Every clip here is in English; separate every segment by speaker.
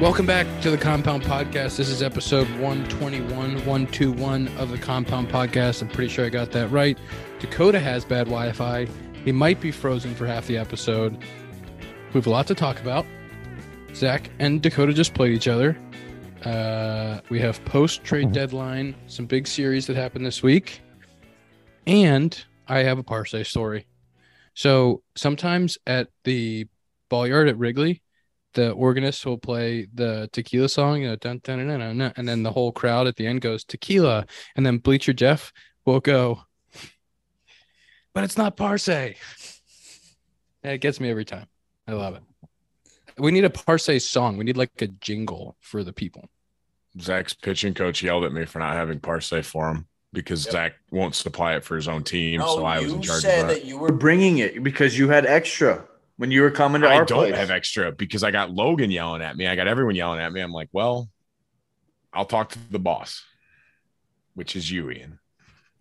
Speaker 1: Welcome back to the Compound Podcast. This is episode 121, 121 of the Compound Podcast. I'm pretty sure I got that right. Dakota has bad Wi Fi. He might be frozen for half the episode. We have a lot to talk about. Zach and Dakota just played each other. Uh, we have post trade deadline, some big series that happened this week, and I have a Parsay story. So sometimes at the ball yard at Wrigley, the organist will play the tequila song, you know, dun, dun, dun, dun, dun, dun, and then the whole crowd at the end goes tequila, and then Bleacher Jeff will go, but it's not Parsay. And it gets me every time. I love it. We need a Parsay song. We need like a jingle for the people.
Speaker 2: Zach's pitching coach yelled at me for not having Parsay for him because
Speaker 3: Yep.
Speaker 2: Zach won't supply it for his own team.
Speaker 3: No,
Speaker 2: so I was
Speaker 3: you
Speaker 2: in charge
Speaker 3: said
Speaker 2: of that.
Speaker 3: that you were bringing it because you had extra when you were coming to
Speaker 2: I
Speaker 3: our
Speaker 2: don't
Speaker 3: place.
Speaker 2: have extra because I got Logan yelling at me. I got everyone yelling at me. I'm like, well, I'll talk to the boss, which is you, Ian.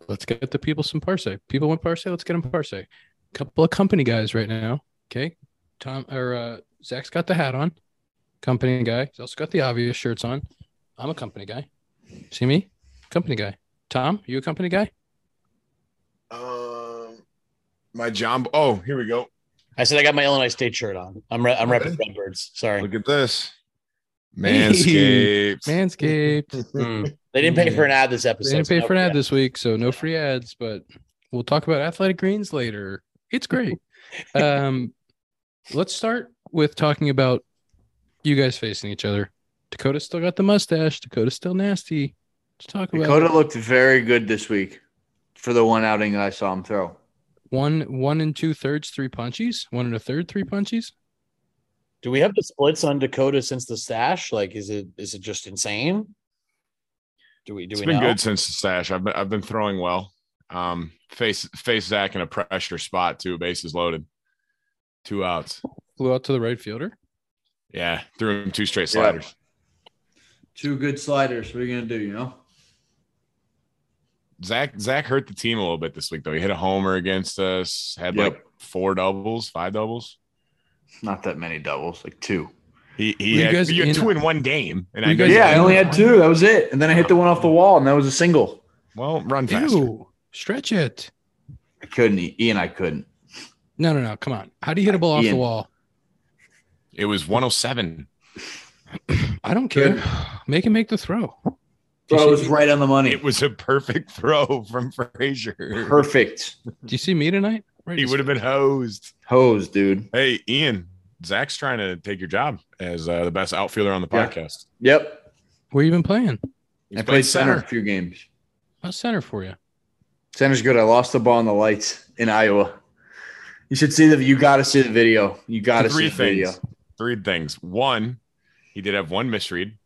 Speaker 1: Let's get the people some Parsay. People want Parsay. Let's get them Parsay. Couple of company guys right now. Okay. Tom or uh, Zach's got the hat on. Company guy. He's also got the obvious shirts on. I'm a company guy. See me? Company guy. Tom, you a company guy?
Speaker 2: Um, my John. Oh, here we go.
Speaker 4: I said I got my Illinois State shirt on. I'm re- I'm
Speaker 2: Okay.
Speaker 4: repping Redbirds. Sorry,
Speaker 2: Look at this. Manscaped.
Speaker 1: Manscaped.
Speaker 2: Hmm.
Speaker 4: Mm. they didn't pay for an ad this
Speaker 1: They
Speaker 4: episode.
Speaker 1: didn't pay
Speaker 4: so-
Speaker 1: for an ad this week, so no free ads, but we'll talk about athletic greens later. It's great. Um, let's start with talking about you guys facing each other. Dakota's still got the mustache. Dakota's still nasty. Let's talk about
Speaker 3: Dakota looked very good this week for the one outing that I saw him throw.
Speaker 1: one, one and two thirds, three punchies. One and a third, three punchies.
Speaker 4: Do we have the splits on Dakota since the stash? Like, is it is it just insane? Do we do
Speaker 2: It's
Speaker 4: we
Speaker 2: been
Speaker 4: know?
Speaker 2: good since the stash. I've been I've been throwing well. Um, face face Zach in a pressure spot too. Bases loaded, two outs.
Speaker 1: Flew out to the right fielder.
Speaker 2: Yeah, threw him two straight
Speaker 3: Yeah.
Speaker 2: sliders.
Speaker 3: Two good sliders. What are you gonna do? You know,
Speaker 2: Zach Zach hurt the team a little bit this week though. He hit a homer against us. Had
Speaker 3: Yep.
Speaker 2: like four doubles, five doubles.
Speaker 3: not that many doubles, like two.
Speaker 2: He
Speaker 1: Were
Speaker 2: he
Speaker 1: you
Speaker 2: had,
Speaker 1: guys
Speaker 2: you had
Speaker 1: in-
Speaker 2: two in one game, and
Speaker 1: Were
Speaker 2: I
Speaker 1: you
Speaker 2: guess
Speaker 1: guys
Speaker 3: Yeah, I only had two. That was it. And then I hit the one off the wall, and that was a single.
Speaker 2: Well, run faster.
Speaker 1: Ew, stretch it.
Speaker 3: I couldn't. e-, Ian, I couldn't.
Speaker 1: No, no, no. Come on. How do you hit a ball off the
Speaker 3: Ian.
Speaker 1: wall?
Speaker 2: It was 107.
Speaker 1: I don't care. Make him make the throw.
Speaker 3: So I
Speaker 1: Do you
Speaker 3: was
Speaker 1: see-
Speaker 3: right on the money.
Speaker 2: It was a perfect throw from Frazier.
Speaker 3: Perfect
Speaker 1: Do you see me tonight? Right.
Speaker 2: He would have been hosed.
Speaker 3: hose, dude.
Speaker 2: Hey, Ian, Zach's trying to take your job as uh, the best outfielder on the
Speaker 3: Yeah.
Speaker 2: podcast.
Speaker 3: Yep.
Speaker 1: Where you been playing?
Speaker 2: He's
Speaker 3: I played center a few games.
Speaker 1: How's center for you?
Speaker 3: Center's good. I lost the ball in the lights in Iowa. You should see the. You got to see the video. You got to
Speaker 2: three
Speaker 3: see the uh, video.
Speaker 2: things. Three things. One, he did have one misread.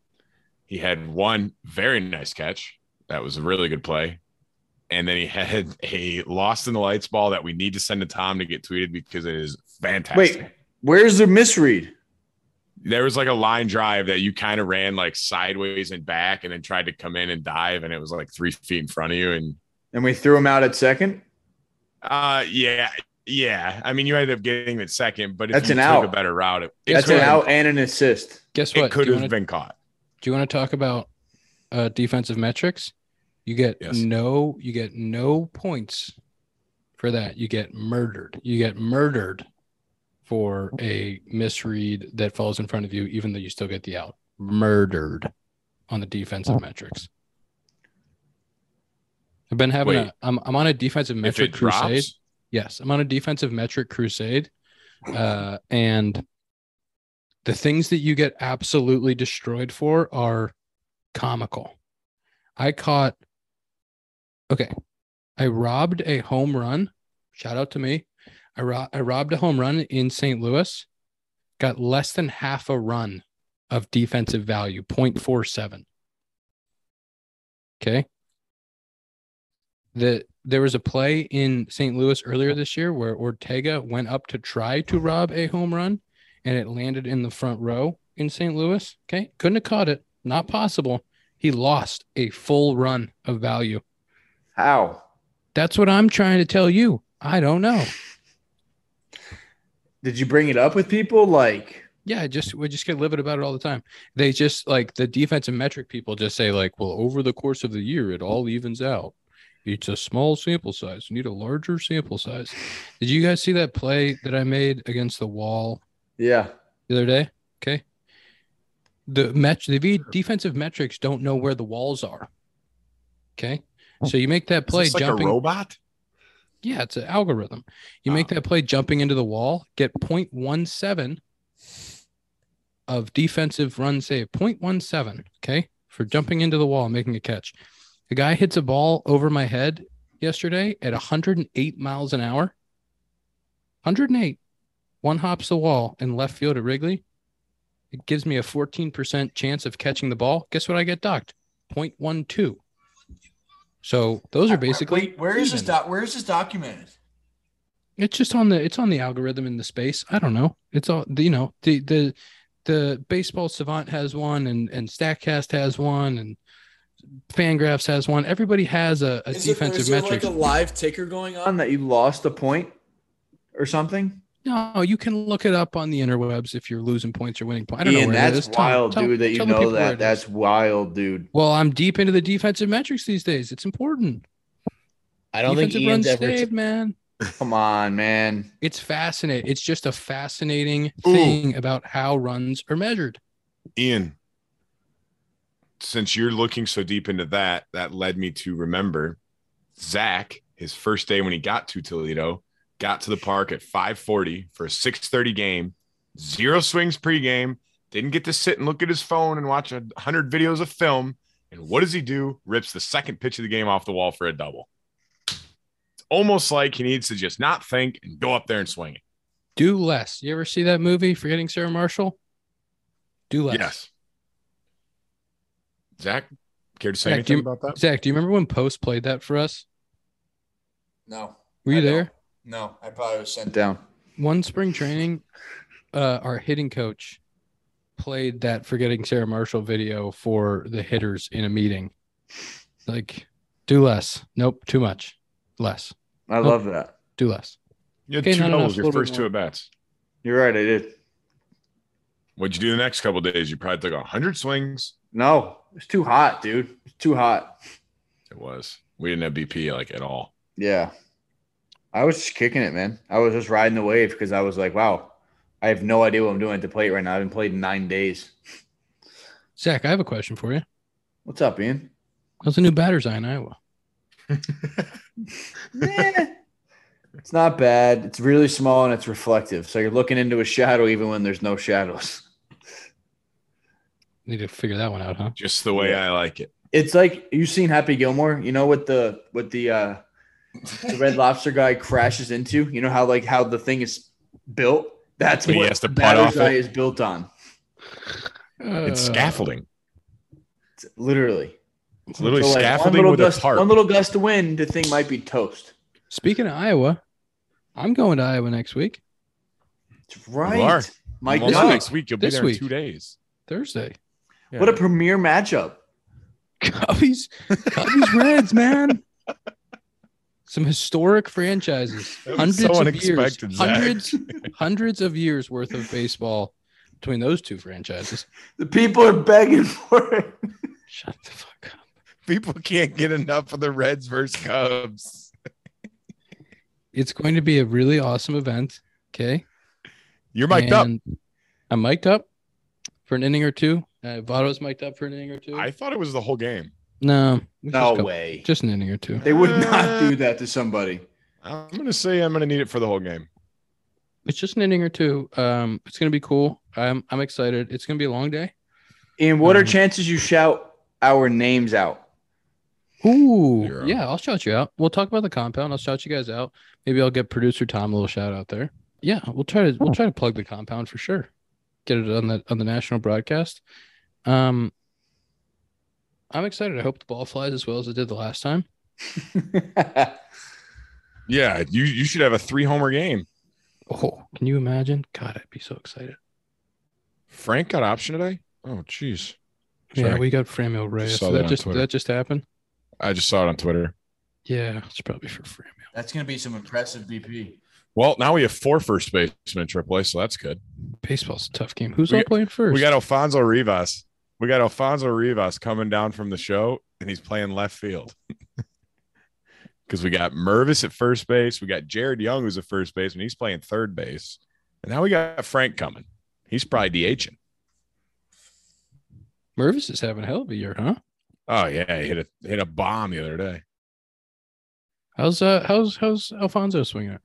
Speaker 2: He had one very nice catch. That was a really good play. And then he had a lost in the lights ball that we need to send to Tom to get tweeted because it is fantastic.
Speaker 3: Wait, where's the misread?
Speaker 2: There was like a line drive that you kind of ran like sideways and back and then tried to come in and dive and it was like three feet in front of you. And
Speaker 3: And we threw him out at second.
Speaker 2: uh yeah, yeah. I mean you ended up getting it second, but if
Speaker 3: That's
Speaker 2: you
Speaker 3: an
Speaker 2: took
Speaker 3: out.
Speaker 2: a better route, it, it
Speaker 1: That's
Speaker 3: That's
Speaker 2: could
Speaker 3: an
Speaker 1: right.
Speaker 2: have-
Speaker 3: out and an assist.
Speaker 1: Guess
Speaker 2: It
Speaker 1: what?
Speaker 2: could
Speaker 1: do, you
Speaker 2: have
Speaker 1: wanna,
Speaker 2: been caught.
Speaker 1: do you want to talk about uh, defensive metrics? You get
Speaker 2: Yes.
Speaker 1: no, you get no points for that. You get murdered. You get murdered for a misread that falls in front of you, even though you still get the out. Murdered on the defensive metrics. I've been having
Speaker 2: Wait.
Speaker 1: a. I'm I'm on a defensive
Speaker 2: If
Speaker 1: metric
Speaker 2: it
Speaker 1: crusade.
Speaker 2: drops,
Speaker 1: Yes, I'm on a defensive metric crusade. Uh, and the things that you get absolutely destroyed for are comical. I caught, okay, I robbed a home run. Shout out to me. I, ro- I robbed a home run in St. Louis, got less than half a run of defensive value, 0.47. Okay that there was a play in St. Louis earlier this year where Ortega went up to try to rob a home run and it landed in the front row in St. Louis. Okay. Couldn't have caught it. Not possible. He lost a full run of value.
Speaker 3: How
Speaker 1: That's what I'm trying to tell you. I don't know.
Speaker 3: did you bring it up with people? Like
Speaker 1: Yeah, just we just get livid about it all the time. They just like the defensive metric people just say like, well, over the course of the year, it all evens out. It's a small sample size. You need a larger sample size. Did you guys see that play that I made against the wall
Speaker 3: Yeah.
Speaker 1: the other day? Okay. The match the v- defensive metrics don't know where the walls are. Okay. So you make that play
Speaker 2: Is this like
Speaker 1: jumping
Speaker 2: a robot.
Speaker 1: yeah, it's an algorithm. You make
Speaker 2: Ah.
Speaker 1: that play jumping into the wall, get 0.17 of defensive run save. 0.17, okay, for jumping into the wall and making a catch. The guy hits a ball over my head yesterday at 108 miles an hour. 108. One hops the wall in left field at Wrigley. It gives me a 14% chance of catching the ball. Guess what? I get docked 0.12. So those are basically
Speaker 5: Wait, where is this?
Speaker 1: even.
Speaker 5: Doc, where is this documented?
Speaker 1: It's just on the it's on the algorithm in the space. I don't know. It's all the- you know the the the baseball savant has one and and Statcast has one and Fangraphs has one. Everybody has a, a
Speaker 5: Is there-
Speaker 1: defensive
Speaker 5: is there
Speaker 1: metric.
Speaker 5: like a live ticker going on?
Speaker 3: On that you lost a point or something.
Speaker 1: no, you can look it up on the interwebs if you're losing points or winning points. I don't know
Speaker 3: Ian,
Speaker 1: where it is.
Speaker 3: that's
Speaker 1: Tell-
Speaker 3: wild,
Speaker 1: tell-
Speaker 3: dude. That you
Speaker 1: tell the
Speaker 3: know
Speaker 1: people where it
Speaker 3: that.
Speaker 1: is.
Speaker 3: That's wild, dude.
Speaker 1: well, I'm deep into the defensive metrics these days. It's important.
Speaker 4: I don't
Speaker 1: defensive
Speaker 4: think Ian's
Speaker 1: runs
Speaker 4: ever.
Speaker 1: saved, man.
Speaker 3: Come on, man.
Speaker 1: It's fascinating. It's just a fascinating
Speaker 2: Ooh.
Speaker 1: thing about how runs are measured.
Speaker 2: Ian, since you're looking so deep into that, that led me to remember Zach, his first day when he got to Toledo, got to the park at 540 for a 630 game, zero swings pregame, didn't get to sit and look at his phone and watch a hundred videos of film. And what does he do? Rips the second pitch of the game off the wall for a double. It's almost like he needs to just not think and go up there and swing it.
Speaker 1: Do less. You ever see that movie, Forgetting Sarah Marshall? Do less.
Speaker 2: Yes. Zach, care to say
Speaker 1: Zach, do
Speaker 2: anything
Speaker 1: you-
Speaker 2: about that?
Speaker 1: Zach, do you remember when Post played that for us?
Speaker 5: No,
Speaker 1: Were you
Speaker 5: I don't.
Speaker 1: there?
Speaker 5: no, I probably was sent
Speaker 3: Down.
Speaker 1: One spring training, uh, our hitting coach played that Forgetting Sarah Marshall video for the hitters in a meeting. Like, do less. Nope, too much. Less.
Speaker 3: I love that.
Speaker 1: Do less.
Speaker 2: You had
Speaker 1: Okay,
Speaker 2: two
Speaker 1: not enough,
Speaker 2: doubles,
Speaker 1: a
Speaker 2: your
Speaker 1: little bit
Speaker 2: first two
Speaker 1: more.
Speaker 2: at bats.
Speaker 3: You're right. I did.
Speaker 2: What'd you do the next couple of days? You probably took hundred swings.
Speaker 3: No, it's too hot, dude. It's too hot.
Speaker 2: It was. We didn't have BP like at all.
Speaker 3: Yeah. I was just kicking it, man. I was just riding the wave because I was like, wow, I have no idea what I'm doing at the plate right now. I haven't played in nine days.
Speaker 1: Zach, I have a question for you.
Speaker 3: What's up, Ian?
Speaker 1: How's the new batter's eye in Iowa?
Speaker 3: Meh. it's not bad. It's really small and it's reflective. So you're looking into a shadow even when there's no shadows.
Speaker 1: Need to figure that one out, huh?
Speaker 2: Just the way I like it.
Speaker 3: It's like you've seen Happy Gilmore, you know what the what the uh the red lobster guy crashes into? You know how like how the thing is built? That's
Speaker 2: But
Speaker 3: what
Speaker 2: he has to putt off
Speaker 3: batter's
Speaker 2: it?
Speaker 3: eye is built on.
Speaker 2: It's
Speaker 1: Uh,
Speaker 2: scaffolding.
Speaker 3: It's literally.
Speaker 2: It's literally
Speaker 3: So, like,
Speaker 2: scaffolding
Speaker 3: one
Speaker 2: with
Speaker 3: little gust,
Speaker 2: a tarp.
Speaker 3: One little gust of wind, the thing might be toast.
Speaker 1: Uh, Speaking of Iowa, I'm going to Iowa next week,
Speaker 3: It's right.
Speaker 2: You are.
Speaker 3: My
Speaker 2: Almost
Speaker 3: God.
Speaker 2: next week you'll be
Speaker 1: This
Speaker 2: there
Speaker 1: week.
Speaker 2: in two days.
Speaker 1: Thursday.
Speaker 3: What a premier matchup.
Speaker 1: Cubbies, Cubbies Reds, man. Some historic franchises,
Speaker 2: That was
Speaker 1: hundreds
Speaker 2: so
Speaker 1: of years,
Speaker 2: unexpected, Zach.
Speaker 1: hundreds, hundreds of years worth of baseball between those two franchises.
Speaker 3: The people are begging for it.
Speaker 1: Shut the fuck up.
Speaker 2: People can't get enough of the Reds versus Cubs.
Speaker 1: It's going to be a really awesome event. Okay,
Speaker 2: You're mic'd up.
Speaker 1: And I'm mic'd up for an inning or two. Uh, Votto's mic'd up for an inning or two.
Speaker 2: I thought it was the whole game.
Speaker 1: no, just a
Speaker 3: No
Speaker 1: couple-
Speaker 3: way.
Speaker 1: just an inning or two.
Speaker 3: They would not do that to somebody.
Speaker 2: I'm gonna say I'm gonna need it for the whole game.
Speaker 1: It's just an inning or two. Um, it's gonna be cool. I'm I'm excited. It's gonna be a long day.
Speaker 3: And what
Speaker 2: Mm-hmm.
Speaker 3: are
Speaker 1: Um,
Speaker 3: chances you shout our names out?
Speaker 1: Ooh,
Speaker 2: You're up.
Speaker 1: yeah, I'll shout you out. We'll talk about the compound. I'll shout you guys out. Maybe I'll get producer Tom a little shout out there. Yeah, we'll try to we'll try to plug the compound for sure. Get it on the on the national broadcast. Um, I'm excited. I hope the ball flies as well as it did the last time.
Speaker 2: Yeah, you you should have a three homer game.
Speaker 1: Oh, can you imagine? God, I'd be so excited.
Speaker 2: Frank got option today. Oh, jeez.
Speaker 1: Yeah,
Speaker 2: Sorry.
Speaker 1: we got Framil Reyes.
Speaker 2: saw
Speaker 1: Did
Speaker 2: that
Speaker 1: that
Speaker 2: on
Speaker 1: just did
Speaker 2: Twitter.
Speaker 1: that just happened.
Speaker 2: I just saw it on Twitter.
Speaker 1: Yeah, it's probably for Framil.
Speaker 5: That's going to be some impressive BP.
Speaker 2: Well, now we have four first basemen in AAA, so that's good.
Speaker 1: Baseball's a tough game. Who's
Speaker 2: We
Speaker 1: all
Speaker 2: got-
Speaker 1: playing first?
Speaker 2: We got Alfonso Rivas. We got Alfonso Rivas coming down from the show, and he's playing left field. Because we got Mervis at first base. We got Jared Young, who's at first base, and he's playing third base. And now we got Frank coming. He's probably DHing.
Speaker 1: Mervis is having a hell of a year, huh?
Speaker 2: Oh, yeah. He hit a, hit a bomb the other day.
Speaker 1: How's uh how's how's Alfonso swinging it?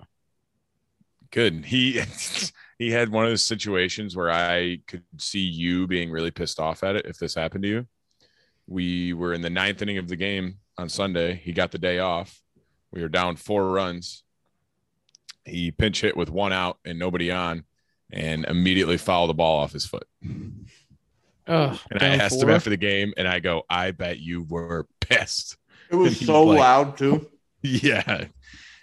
Speaker 2: Good. And He he had one of those situations where I could see you being really pissed off at it if this happened to you. We were in the ninth inning of the game on Sunday. He got the day off. We were down four runs. He pinch hit with one out and nobody on, and immediately fouled the ball off his foot. And
Speaker 1: Oh,
Speaker 2: I
Speaker 1: down
Speaker 2: asked him
Speaker 1: four?
Speaker 2: after the game, and I go, "I bet you were pissed."
Speaker 3: It was
Speaker 2: He
Speaker 3: so
Speaker 2: was like-
Speaker 3: loud too.
Speaker 2: Yeah.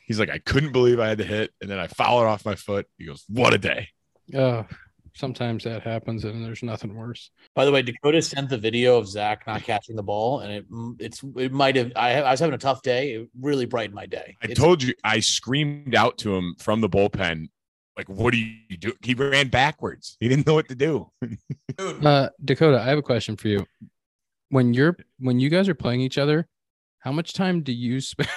Speaker 2: He's like, I couldn't believe I had to hit, and then I fouled it off my foot. He goes, "What a day!"
Speaker 1: Oh, sometimes that happens, and there's nothing worse.
Speaker 4: By the way, Dakota sent the video of Zach not catching the ball, and it it's it might have. I, I was having a tough day. It really brightened my day.
Speaker 2: I
Speaker 4: It's-
Speaker 2: told you, I screamed out to him from the bullpen, like, what do you do? He ran backwards. He didn't know what to do.
Speaker 5: Dude,
Speaker 1: Uh, Dakota, I have a question for you. When you're when you guys are playing each other, how much time do you spend?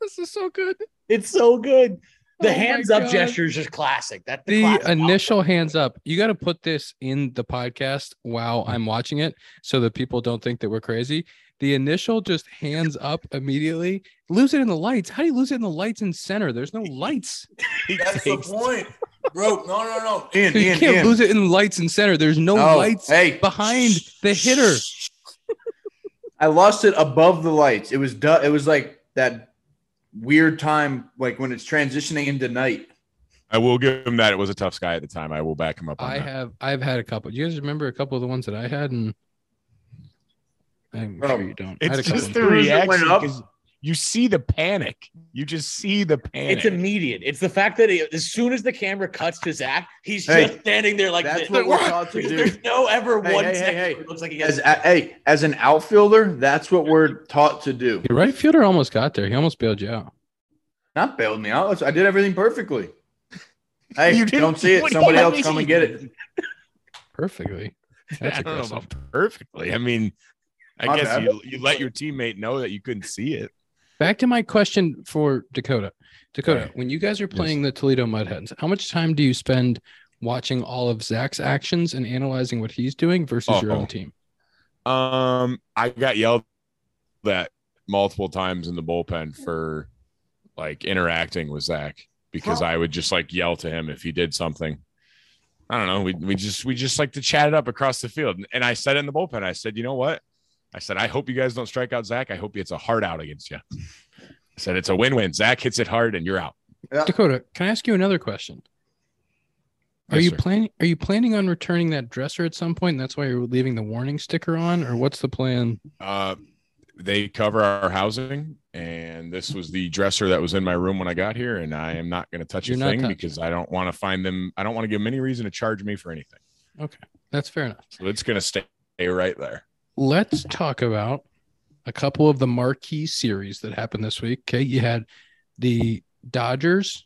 Speaker 1: this is so good.
Speaker 4: it's so good. The
Speaker 1: Oh my
Speaker 4: hands up
Speaker 1: God.
Speaker 4: gesture is just classic. That
Speaker 1: The
Speaker 4: classic
Speaker 1: initial hands up. You got to put this in the podcast while I'm watching it, so that people don't think that we're crazy. The initial just hands up immediately. Lose it in the lights. How do you lose it in the lights in center? There's no lights.
Speaker 2: He
Speaker 5: that's the
Speaker 2: takes-
Speaker 5: point, bro. No, no, no.
Speaker 3: Ian,
Speaker 1: So you
Speaker 3: Ian,
Speaker 1: can't
Speaker 3: Ian.
Speaker 1: lose it in the lights in center. There's no,
Speaker 2: Oh.
Speaker 3: No.
Speaker 1: lights
Speaker 3: Hey,
Speaker 1: behind the hitter.
Speaker 3: I lost it above the lights. It was du- it was like that weird time, like when it's transitioning into night.
Speaker 2: I will give him that. It was a tough sky at the time. I will back him up on
Speaker 1: I
Speaker 2: that.
Speaker 1: have I've had a couple. Do you guys remember a couple of the ones that I had? And I'm
Speaker 3: Bro,
Speaker 1: sure you don't. I had a
Speaker 2: it's
Speaker 1: couple.
Speaker 2: just
Speaker 1: of
Speaker 2: the
Speaker 1: them.
Speaker 3: As soon as it went
Speaker 2: reaction.
Speaker 3: up-
Speaker 2: 'cause You see the panic. You just see the panic.
Speaker 4: It's immediate. It's the fact that he- as soon as the camera cuts to Zach, he's
Speaker 3: Hey,
Speaker 4: just standing there like
Speaker 3: that's
Speaker 4: this.
Speaker 3: what we're taught to do.
Speaker 4: There's no ever
Speaker 3: Hey,
Speaker 4: one
Speaker 3: hey, hey,
Speaker 4: second
Speaker 3: hey.
Speaker 4: where it looks like he
Speaker 3: As
Speaker 4: has.
Speaker 3: a, hey, as an outfielder, that's what we're taught to do.
Speaker 1: Your right fielder almost got there. He almost bailed you out.
Speaker 3: Not bailed me out. I did everything perfectly. Hey,
Speaker 2: You
Speaker 3: you
Speaker 2: didn't
Speaker 3: don't see
Speaker 2: do
Speaker 3: it. Somebody else
Speaker 2: anything.
Speaker 3: come and get it.
Speaker 1: Perfectly. That's
Speaker 2: I don't know
Speaker 1: aggressive.
Speaker 2: about perfectly. I mean, I
Speaker 3: My
Speaker 2: guess
Speaker 3: bad.
Speaker 2: you, you let your teammate know that you couldn't see it.
Speaker 1: Back to my question for Dakota. Dakota,
Speaker 2: Alright.
Speaker 1: when you guys are playing the Toledo Mudheads, how much time do you spend watching all of Zach's actions and analyzing what he's doing versus your
Speaker 2: Oh.
Speaker 1: own team?
Speaker 2: Um, I got yelled at multiple times in the bullpen for like interacting with Zach because I would just like yell to him if he did something. I don't know. We we just we just like to chat it up across the field. And I said in the bullpen, I said, you know what? I said, I hope you guys don't strike out Zach. I hope it's a hard out against you. I said it's a win-win. Zach hits it hard and you're out.
Speaker 1: Dakota, can I ask you another question? Are
Speaker 2: Yes,
Speaker 1: you
Speaker 2: sir.
Speaker 1: planning are you planning on returning that dresser at some point and that's why you're leaving the warning sticker on or what's the plan?
Speaker 2: Uh, they cover our housing, and this was the dresser that was in my room when I got here, and I am not going to touch
Speaker 1: You're
Speaker 2: a
Speaker 1: not
Speaker 2: thing
Speaker 1: touching.
Speaker 2: because I don't want to find them. I don't want to give them any reason to charge me for anything.
Speaker 1: That's fair enough.
Speaker 2: So it's going to stay right there.
Speaker 1: let's talk about a couple of the marquee series that happened this week. Okay, you had the Dodgers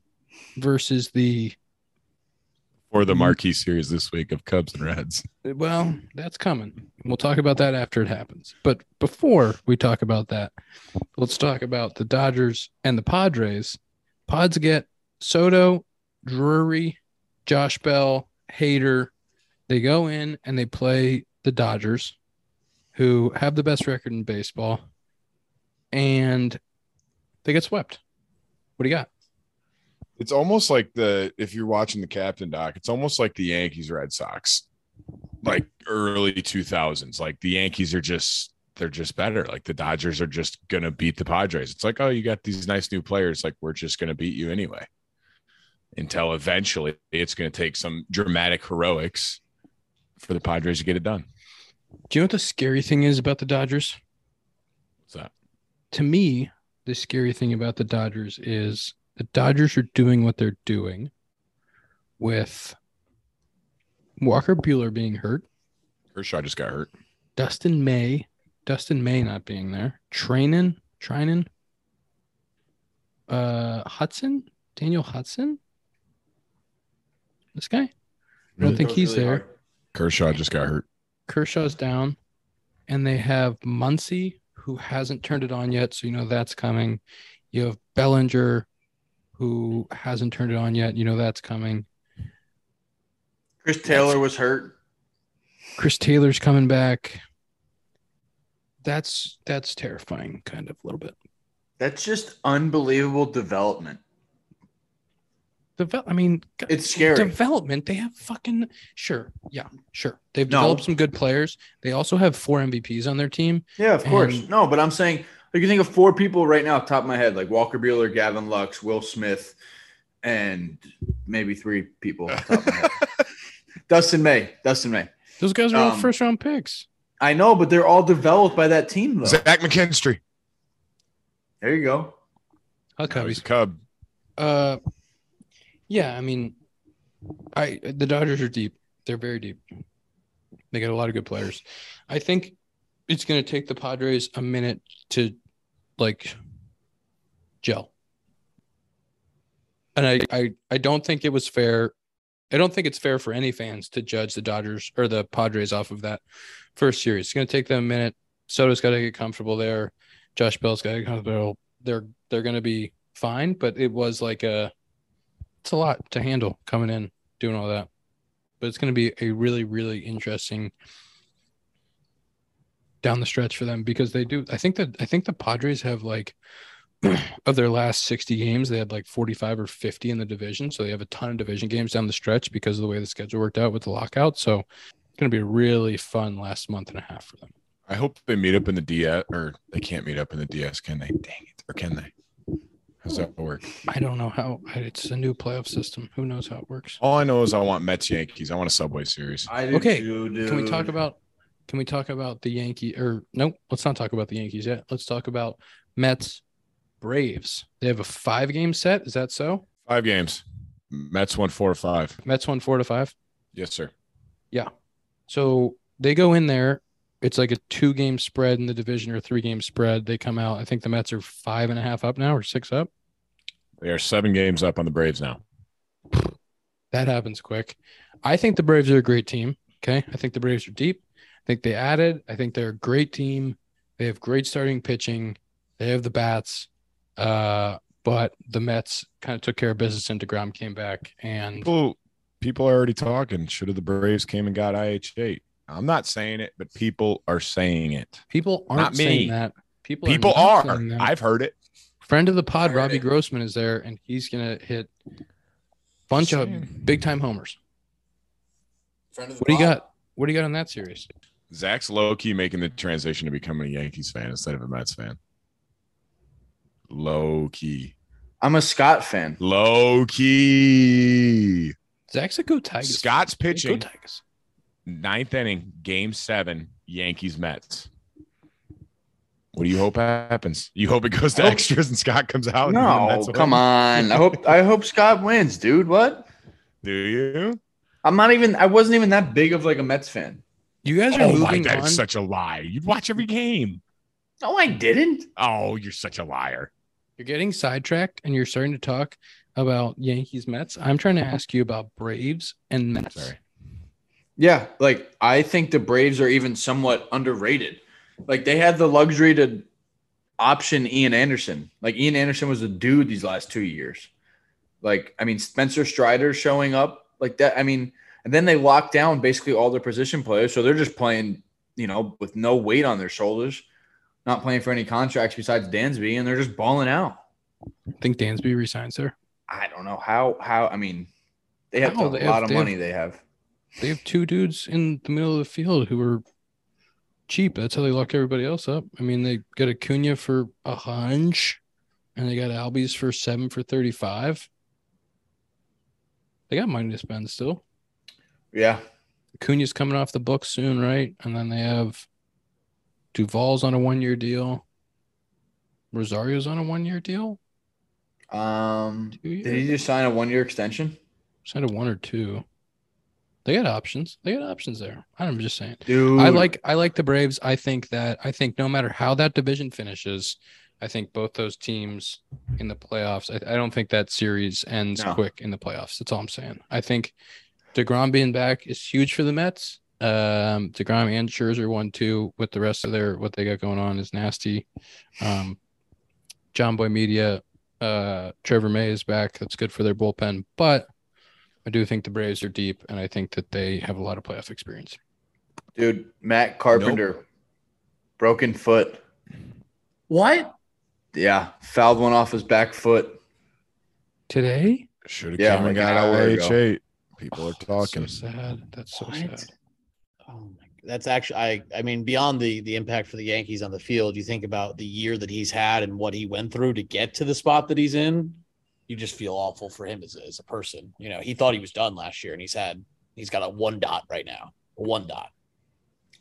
Speaker 1: versus the
Speaker 2: For
Speaker 1: Mm-hmm.
Speaker 2: the marquee series this week of Cubs and Reds,
Speaker 1: well, that's coming. We'll talk about that after it happens. But before we talk about that, let's talk about the Dodgers and the Padres. Pods get Soto, Drury, Josh Bell, Hayter. They go in and they play the Dodgers, who have the best record in baseball, and they get swept. What do you got?
Speaker 2: it's almost like the if you're watching the Captain Doc, it's almost like the Yankees Red Sox, like early 2000s. Like the Yankees are just they're just better. Like the Dodgers are just going to beat the Padres. It's like, oh, you got these nice new players. Like we're just going to beat you anyway. Until eventually it's going to take some dramatic heroics for the Padres to get it done.
Speaker 1: Do you know what the scary thing is about the Dodgers?
Speaker 2: What's that?
Speaker 1: to me, the scary thing about the Dodgers is the Dodgers are doing what they're doing with Walker Bueller being hurt,
Speaker 2: Kershaw just got hurt.
Speaker 1: Dustin May, Dustin May not being there, Trainin, Trainin, uh, Hudson, Daniel Hudson? This guy? I don't think
Speaker 5: That was
Speaker 1: he's
Speaker 5: really
Speaker 1: there.
Speaker 5: hard.
Speaker 2: Kershaw just got hurt.
Speaker 1: Kershaw's down, and they have Muncie, who hasn't turned it on yet, so you know that's coming. You have Bellinger, who hasn't turned it on yet, you know that's coming.
Speaker 3: Chris Taylor was hurt.
Speaker 1: Chris Taylor's coming back. That's that's terrifying, kind of a little bit.
Speaker 3: That's just unbelievable development.
Speaker 1: Devel- I mean, g-
Speaker 3: It's scary.
Speaker 1: development. They have fucking sure, yeah, sure. They've
Speaker 3: No.
Speaker 1: developed some good players. They also have four MVPs on their team.
Speaker 3: Yeah, of course.
Speaker 1: And-
Speaker 3: no, but I'm saying I can think of four people right now, off the top of my head, like Walker Bueller, Gavin Lux, Will Smith, and maybe three people. off the top of my head. Dustin May, Dustin May.
Speaker 1: Those guys are all
Speaker 3: Um,
Speaker 1: first round picks.
Speaker 3: I know, but they're all developed by that team, though.
Speaker 2: Zach McKinstry.
Speaker 3: There you go.
Speaker 1: Huck
Speaker 2: No,
Speaker 1: Cubbies.
Speaker 2: he's a Cub.
Speaker 1: Uh, yeah, I mean, I the Dodgers are deep. They're very deep. They got a lot of good players. I think it's going to take the Padres a minute to like gel. And I, I, I don't think it was fair. I don't think it's fair for any fans to judge the Dodgers or the Padres off of that first series. It's going to take them a minute. Soto's got to get comfortable there. Josh Bell's got to get comfortable. They're they're going to be fine, but it was like a it's a lot to handle coming in doing all that. But it's going to be a really really interesting down the stretch for them because they do I think that I think the Padres have like of their last 60 games they had like 45 or 50 in the division so they have a ton of division games down the stretch because of the way the schedule worked out with the lockout so it's going to be a really fun last month and a half for them
Speaker 2: I hope they meet up in the DS, or they can't meet up in the DS, can they? Dang it. Or can they? How's that work?
Speaker 1: i don't know how it's a new playoff system who knows how it works
Speaker 2: All I know is I want Mets Yankees. I want a Subway series.
Speaker 3: I do
Speaker 1: Okay,
Speaker 3: too, dude.
Speaker 1: Can we talk about? Can we talk about the Yankee? Or no, let's not talk about the Yankees yet. Let's talk about Mets, Braves. They have a five game set. Is that so?
Speaker 2: Five games. Mets won four or five.
Speaker 1: Mets won four to five.
Speaker 2: Yes, sir.
Speaker 1: So they go in there. It's like a two game spread in the division or three game spread. They come out. I think the Mets are five and a half up now or six up.
Speaker 2: They are seven games up on the Braves now.
Speaker 1: That happens quick. I think the Braves are a great team. Okay. I think the Braves are deep. I think they added. I think they're a great team. They have great starting pitching. They have the bats. Uh, but the Mets kind of took care of business and DeGrom came back. And
Speaker 2: People, people are already talking. Should have the Braves came and got IH8. I'm not saying it, but people are saying it.
Speaker 1: people
Speaker 2: Not
Speaker 1: aren't
Speaker 2: me.
Speaker 1: saying that. People,
Speaker 2: People
Speaker 1: not
Speaker 2: are.
Speaker 1: saying that.
Speaker 2: I've heard it.
Speaker 1: Friend of the pod,
Speaker 5: I heard
Speaker 1: Robbie
Speaker 5: it.
Speaker 1: Grossman is there and he's going to hit bunch
Speaker 2: Same.
Speaker 1: of big time homers.
Speaker 5: Friend of the
Speaker 1: What do you
Speaker 5: pod.
Speaker 1: got? What do you got on that series?
Speaker 2: Zach's low key making the transition to becoming a Yankees fan instead of a Mets fan. Low key.
Speaker 3: I'm a Scott fan.
Speaker 2: Low key.
Speaker 1: Zach's a go Tigers.
Speaker 2: Scott's
Speaker 1: Go
Speaker 2: pitching
Speaker 1: Tigers.
Speaker 2: ninth inning, game seven, Yankees Mets. What do you hope happens? You hope it goes to
Speaker 3: I hope-
Speaker 2: extras and Scott comes
Speaker 1: Oh,
Speaker 2: out.
Speaker 3: No, come on. I hope I hope Scott wins, dude. What?
Speaker 2: Do you?
Speaker 3: I'm not even. I wasn't even that big of like a Mets fan.
Speaker 1: You guys are
Speaker 2: Oh my,
Speaker 1: moving
Speaker 2: that
Speaker 1: on.
Speaker 2: is such a lie. You'd watch every game.
Speaker 3: No, I didn't.
Speaker 2: Oh, you're such a liar.
Speaker 1: You're getting sidetracked and you're starting to talk about Yankees Mets. I'm trying to ask you about Braves and Mets.
Speaker 2: Sorry.
Speaker 3: Yeah, like I think the Braves are even somewhat underrated. Like they had the luxury to option Ian Anderson. Like Ian Anderson was a dude these last two years. Like I mean Spencer Strider showing up like that. I mean, and then they locked down basically all their position players, so they're just playing you know with no weight on their shoulders, not playing for any contracts besides Dansby, and they're just balling out.
Speaker 1: I think Dansby resigns there.
Speaker 3: I don't know how how I mean they have
Speaker 1: How?
Speaker 3: a
Speaker 1: They have-
Speaker 3: lot of
Speaker 1: they have-
Speaker 3: money they have.
Speaker 1: They have two dudes in the middle of the field who are cheap. That's how they lock everybody else up. I mean, they got Acuna for a hunch, and they got Albies for seven for thirty-five. They got money to spend still.
Speaker 3: Yeah.
Speaker 1: Acuna's coming off the book soon, right? And then they have Duval's on a one-year deal. Rosario's on a one-year deal.
Speaker 3: Um
Speaker 1: Two years.
Speaker 3: Did he just sign a one year extension?
Speaker 1: Side of one or two. They got options. They got options there. I'm just saying.
Speaker 3: Dude,
Speaker 1: I like I like the Braves. I think that I think no matter how that division finishes, I think both those teams in the playoffs. I, I don't think that series ends
Speaker 3: No.
Speaker 1: quick in the playoffs. That's all I'm saying. I think Degrom being back is huge for the Mets. Um, Degrom and Scherzer one two with the rest of their what they got going on is nasty. Um, John Boy Media, uh, Trevor May is back. That's good for their bullpen, but I do think the Braves are deep, and I think that they have a lot of playoff experience.
Speaker 3: Dude, Matt Carpenter, broken foot.
Speaker 4: What?
Speaker 3: Yeah, fouled one off his back foot.
Speaker 1: Today,
Speaker 6: Should have
Speaker 3: Yeah,
Speaker 6: yeah,
Speaker 3: like
Speaker 6: coming
Speaker 3: an
Speaker 6: out
Speaker 3: hour ago.
Speaker 6: LHA. People are talking.
Speaker 1: So sad. That's so
Speaker 4: What?
Speaker 1: sad.
Speaker 4: Oh my! That's actually I. I mean, beyond the the impact for the Yankees on the field, you think about the year that he's had and what he went through to get to the spot that he's in. You just feel awful for him as, as a person. You know, he thought he was done last year, and he's had he's got a one dot right now, a one dot.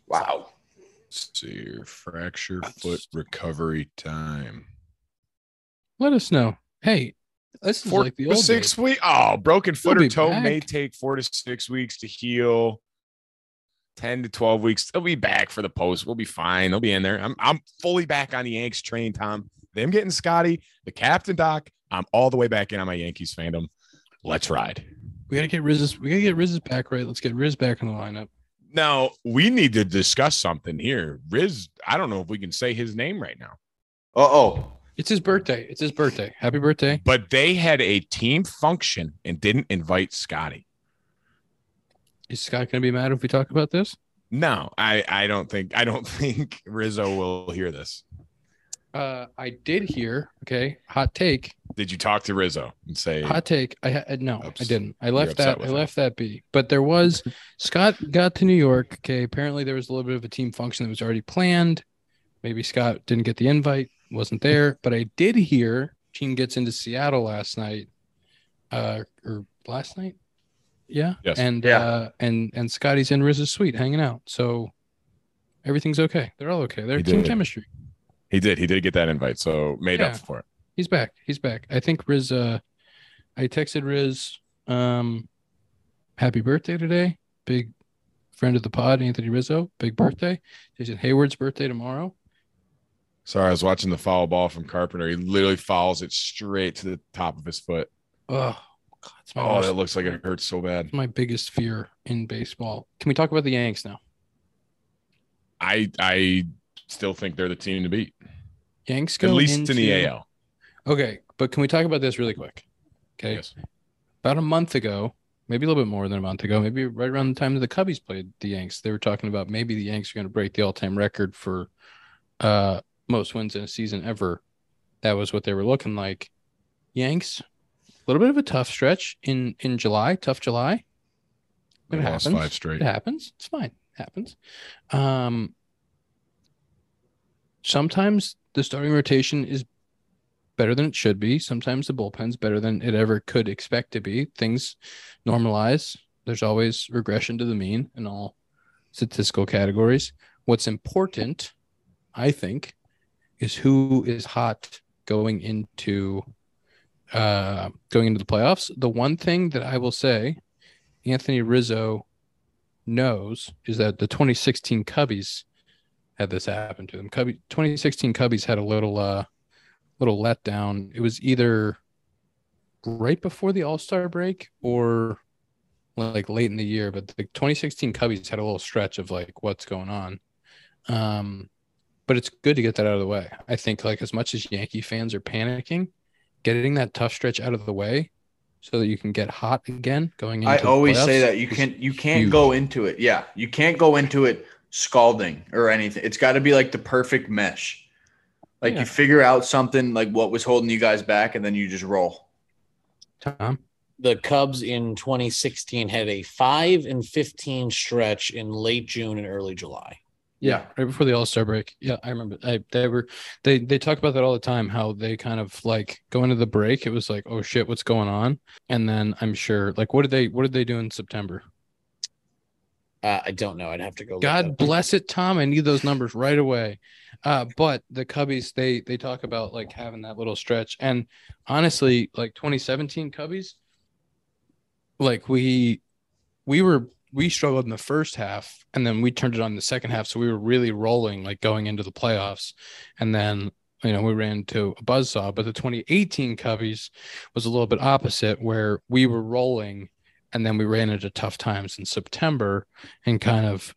Speaker 3: Wow.
Speaker 6: Let's see here. Fracture foot recovery time.
Speaker 1: Let us know. Hey, this is
Speaker 2: four
Speaker 1: like the
Speaker 2: to
Speaker 1: old
Speaker 2: six
Speaker 1: days.
Speaker 2: weeks. Oh, broken foot
Speaker 1: He'll
Speaker 2: or
Speaker 1: be
Speaker 2: toe may
Speaker 1: back.
Speaker 2: take four to six weeks to heal. Ten to twelve weeks. They'll be back for the post. We'll be fine. They'll be in there. I'm I'm fully back on the Yanks train, Tom. Them getting Scotty, the captain doc. I'm all the way back in on my Yankees fandom. Let's ride.
Speaker 1: We gotta get Riz's. We gotta get Riz's back right. Let's get Riz back in the lineup.
Speaker 2: Now we need to discuss something here. Riz, I don't know if we can say his name right now,
Speaker 3: Uh oh.
Speaker 1: It's his birthday. It's his birthday. Happy birthday.
Speaker 2: but they had a team function and didn't invite Scotty.
Speaker 1: Is Scott gonna be mad if we talk about this?
Speaker 2: No, I, I don't think I don't think Rizzo will hear this.
Speaker 1: Uh, I did hear. Okay, hot take.
Speaker 2: Did you talk to Rizzo and say
Speaker 1: Hot take. I had no, I
Speaker 2: Ups-
Speaker 1: didn't. I
Speaker 2: you're
Speaker 1: left
Speaker 2: upset
Speaker 1: that. I
Speaker 2: with him.
Speaker 1: left that be. But there was Scott got to New York. Okay, apparently there was a little bit of a team function that was already planned. Maybe Scott didn't get the invite, wasn't there. But I did hear team gets into Seattle last night, uh, or last night. Yeah.
Speaker 2: Yes.
Speaker 1: And
Speaker 3: Yeah.
Speaker 1: uh, and and Scotty's in Riz's suite hanging out. So everything's okay. They're all okay. They're
Speaker 2: He
Speaker 1: team
Speaker 2: did.
Speaker 1: chemistry.
Speaker 2: he did? He did get that invite, so made up
Speaker 1: Yeah.
Speaker 2: for it.
Speaker 1: He's back. He's back. I think Riz. Uh, I texted Riz. Um, happy birthday today, big friend of the pod, Anthony Rizzo. Big birthday. Jason Hayward's birthday tomorrow.
Speaker 2: Sorry, I was watching the foul ball from Carpenter. He literally fouls it straight to the top of his foot.
Speaker 1: Oh, God, it's my,
Speaker 2: Oh,
Speaker 1: worst-
Speaker 2: that looks like it hurts so bad.
Speaker 1: my biggest fear in baseball. Can we talk about the Yanks now?
Speaker 2: I I still think they're the team to beat,
Speaker 1: Yanks go
Speaker 2: at least
Speaker 1: into,
Speaker 2: in the AL.
Speaker 1: Okay, but can we talk about this really quick? Okay,
Speaker 2: Yes.
Speaker 1: about a month ago, maybe a little bit more than a month ago, maybe right around the time that the Cubbies played the Yanks, they were talking about maybe the Yanks are going to break the all-time record for uh, most wins in a season ever. That was what they were looking like. Yanks, a little bit of a tough stretch in in July, tough July. It
Speaker 2: They lost
Speaker 1: happens.
Speaker 2: five straight.
Speaker 1: It happens. It's fine. It happens. Um, sometimes the starting rotation is better than it should be. Sometimes the bullpen's better than it ever could expect to be. Things normalize. There's always regression to the mean in all statistical categories. What's important, I think, is who is hot going into uh going into the playoffs. The one thing that I will say, Anthony Rizzo knows is that the 2016 Cubbies had this happen to them. Cubby 2016 Cubbies had a little uh little letdown. It was either right before the All-Star break or like late in the year, but the 2016 Cubbies had a little stretch of like what's going on. Um but it's good to get that out of the way. I think like as much as Yankee fans are panicking, getting that tough stretch out of the way so that you can get hot again going into
Speaker 3: I
Speaker 1: the
Speaker 3: always
Speaker 1: playoffs
Speaker 3: say that you
Speaker 1: is
Speaker 3: can't you can't
Speaker 1: huge.
Speaker 3: go into it. Yeah, you can't go into it scalding or anything. It's got to be like the perfect mesh. Like
Speaker 1: Yeah.
Speaker 3: you figure out something like what was holding you guys back, and then you just roll.
Speaker 1: Tom.
Speaker 4: the Cubs in 2016 had a 5 and 15 stretch in late June and early July.
Speaker 1: Yeah, right before the All Star break. Yeah, I remember. I, they were they they talk about that all the time. How they kind of like go into the break. It was like, oh shit, what's going on? And then I'm sure, like, what did they what did they do in September?
Speaker 4: Uh, I don't know. I'd have to go. look that
Speaker 1: God
Speaker 4: up.
Speaker 1: bless it, Tom. I need those numbers right away. Uh, but the Cubbies, they they talk about like having that little stretch, and honestly, like 2017 Cubbies, like we we were we struggled in the first half, and then we turned it on in the second half, so we were really rolling like going into the playoffs, and then you know, we ran into a buzzsaw, but the 2018 Coveys was a little bit opposite where we were rolling and then we ran into tough times in September and kind of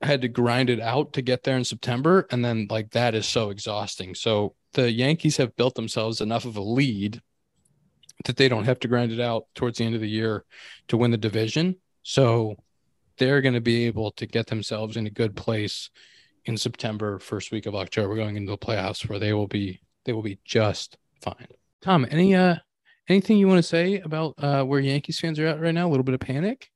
Speaker 1: had to grind it out to get there in September. And then like that is so exhausting. So the Yankees have built themselves enough of a lead that they don't have to grind it out towards the end of the year to win the division. So they're going to be able to get themselves in a good place in September, first week of October, going into the playoffs where they will be they will be just fine. Tom, any uh anything you want to say about uh where Yankees fans are at right now? A little bit of panic?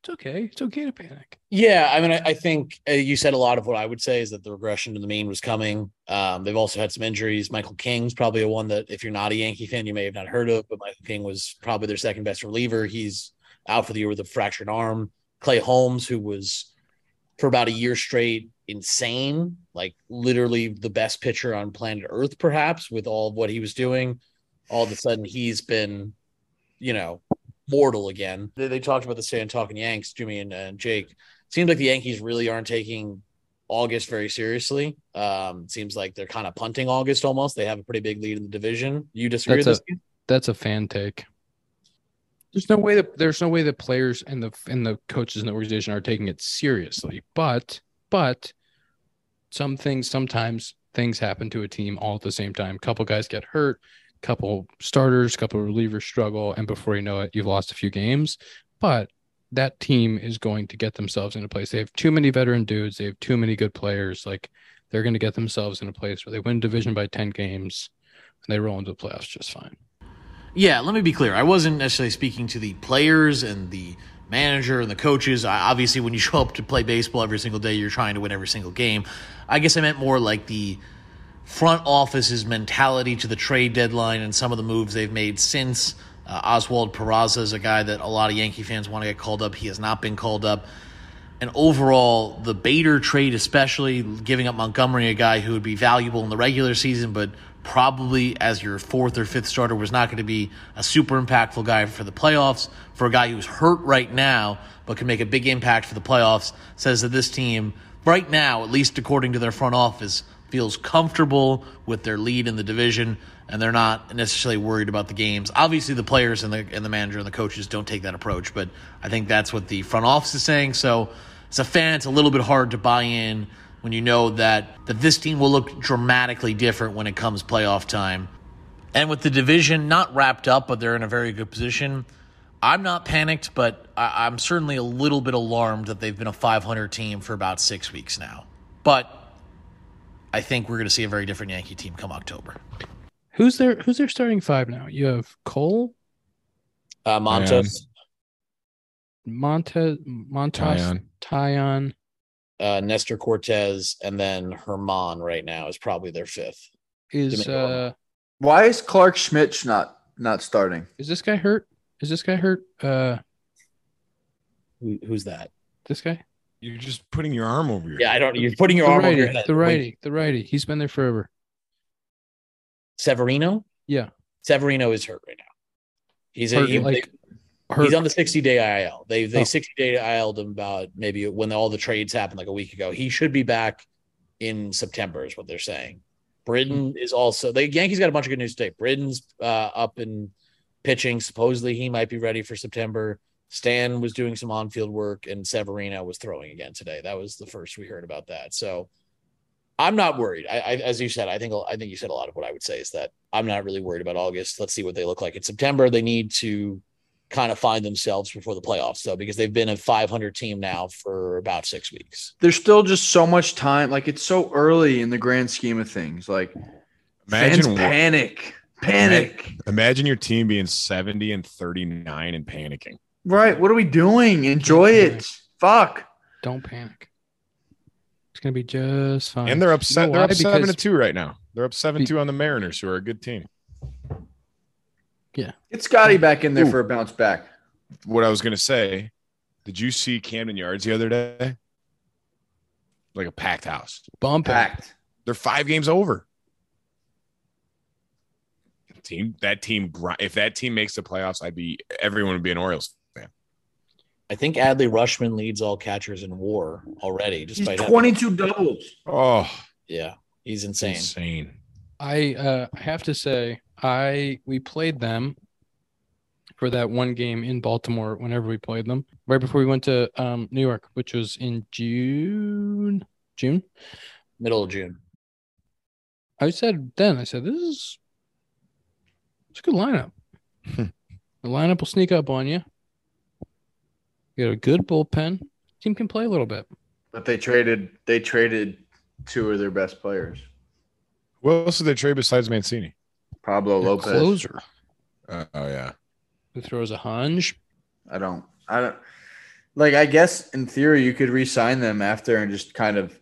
Speaker 1: It's okay. It's okay to panic.
Speaker 4: Yeah, I mean, I, I think uh, you said a lot of what I would say is that the regression to the mean was coming. Um, they've also had some injuries. Michael King's probably a one that, if you're not a Yankee fan, you may have not heard of, but Michael King was probably their second best reliever. He's out for the year with a fractured arm. Clay Holmes, who was for about a year straight insane, like literally the best pitcher on planet Earth, perhaps, with all of what he was doing. All of a sudden, he's been, you know, mortal again. They, they talked about the stand talking Yanks, Jimmy and, and Jake. Seems like the Yankees really aren't taking August very seriously. Um, seems like they're kind of punting August almost. They have a pretty big lead in the division. You disagree
Speaker 1: That's
Speaker 4: with this?
Speaker 1: That's a fan take. There's no way that there's no way that players and the and the coaches in the organization are taking it seriously. But but some things sometimes things happen to a team all at the same time. Couple guys get hurt, couple starters, couple relievers struggle, and before you know it, you've lost a few games. But that team is going to get themselves in a place. They have too many veteran dudes. They have too many good players. Like they're going to get themselves in a place where they win division by ten games, and they roll into the playoffs just fine.
Speaker 4: Yeah, let me be clear. I wasn't necessarily speaking to the players and the manager and the coaches. I, obviously, when you show up to play baseball every single day, you're trying to win every single game. I guess I meant more like the front office's mentality to the trade deadline and some of the moves they've made since. Uh, Oswald Peraza is a guy that a lot of Yankee fans want to get called up. He has not been called up. And overall, the Bader trade, especially giving up Montgomery, a guy who would be valuable in the regular season, but probably as your fourth or fifth starter, was not going to be a super impactful guy for the playoffs. For a guy who's hurt right now, but can make a big impact for the playoffs, says that this team, right now, at least according to their front office, feels comfortable with their lead in the division and they're not necessarily worried about the games. Obviously the players and the and the manager and the coaches don't take that approach, but I think that's what the front office is saying. So as a fan, it's a little bit hard to buy in when you know that that this team will look dramatically different when it comes playoff time. And with the division not wrapped up, but they're in a very good position, I'm not panicked, but I, I'm certainly a little bit alarmed that they've been a 500 team for about six weeks now. But I think we're going to see a very different Yankee team come October.
Speaker 1: Who's their Who's their starting five now? You have Cole,
Speaker 4: Uh, Montes,
Speaker 1: Monte, Montas,
Speaker 6: Tyon.
Speaker 1: Tyon.
Speaker 4: uh, Nestor Cortez, and then Herman right now is probably their fifth.
Speaker 1: Is
Speaker 4: Domingo.
Speaker 1: uh
Speaker 3: Why is Clark Schmidt not not starting?
Speaker 1: is this guy hurt? Is this guy hurt? Uh,
Speaker 4: Who, who's that?
Speaker 1: this guy,
Speaker 6: You're just putting your arm over your
Speaker 4: Yeah, I don't. You're putting your
Speaker 1: the
Speaker 4: arm
Speaker 1: righty,
Speaker 4: over your head.
Speaker 1: the
Speaker 4: Wait,
Speaker 1: righty, the righty. He's been there forever.
Speaker 4: Severino.
Speaker 1: Yeah.
Speaker 4: Severino is hurt right now. He's a,
Speaker 1: Hurt,
Speaker 4: he-
Speaker 1: like hurt.
Speaker 4: he's on the 60 day IL. They they
Speaker 1: Oh.
Speaker 4: 60 day IL'd him about maybe when all the trades happened like a week ago. He should be back in September is what they're saying. Britain is also the Yankees got a bunch of good news today. Britain's uh, up in pitching. Supposedly he might be ready for September. Stan was doing some on field work and Severino was throwing again today. That was the first we heard about that. So I'm not worried. I, I as you said, I think I think you said a lot of what I would say is that I'm not really worried about August. Let's see what they look like in September. They need to kind of find themselves before the playoffs though because they've been a 500 team now for about six weeks
Speaker 3: There's still just so much time. Like it's so early in the grand scheme of things. Like fans
Speaker 6: Imagine what-
Speaker 3: panic, panic.
Speaker 6: Imagine your team being 70 and 39 and panicking.
Speaker 3: Right? What are we doing? Enjoy it. Fuck.
Speaker 1: Don't panic. It's gonna be just fine.
Speaker 6: And they're upset.
Speaker 1: You know
Speaker 6: they're
Speaker 1: why?
Speaker 6: up seven to
Speaker 1: Because-
Speaker 6: two right now. They're up seven two on the Mariners, who are a good team.
Speaker 3: Get Scotty back in there for a bounce back.
Speaker 6: What I was gonna say, did you see Camden Yards the other day? Like a packed house.
Speaker 1: bumping.
Speaker 3: Packed.
Speaker 6: They're five games over. Team that team gri- if that team makes the playoffs, I'd be everyone would be an Orioles fan.
Speaker 4: i think adley rushman leads all catchers in war already
Speaker 3: He's
Speaker 4: despite having-
Speaker 3: 22 doubles.
Speaker 6: Oh,
Speaker 4: yeah He's insane.
Speaker 2: Insane.
Speaker 1: I uh, I have to say, I we played them for that one game in Baltimore. Whenever we played them, right before we went to um, New York, which was in June, June.
Speaker 4: Middle of June.
Speaker 1: I said then, I said this is it's a good lineup.
Speaker 2: Hmm.
Speaker 1: the lineup will sneak up on you. You got a good bullpen. Team can play a little bit.
Speaker 3: But they traded they traded two of their best players.
Speaker 2: What else did they trade besides Mancini?
Speaker 3: Pablo
Speaker 1: Their
Speaker 3: Lopez.
Speaker 1: Closer
Speaker 2: Uh, oh yeah,
Speaker 1: who throws a hunch.
Speaker 3: I don't I don't like I guess in theory you could re-sign them after and just kind of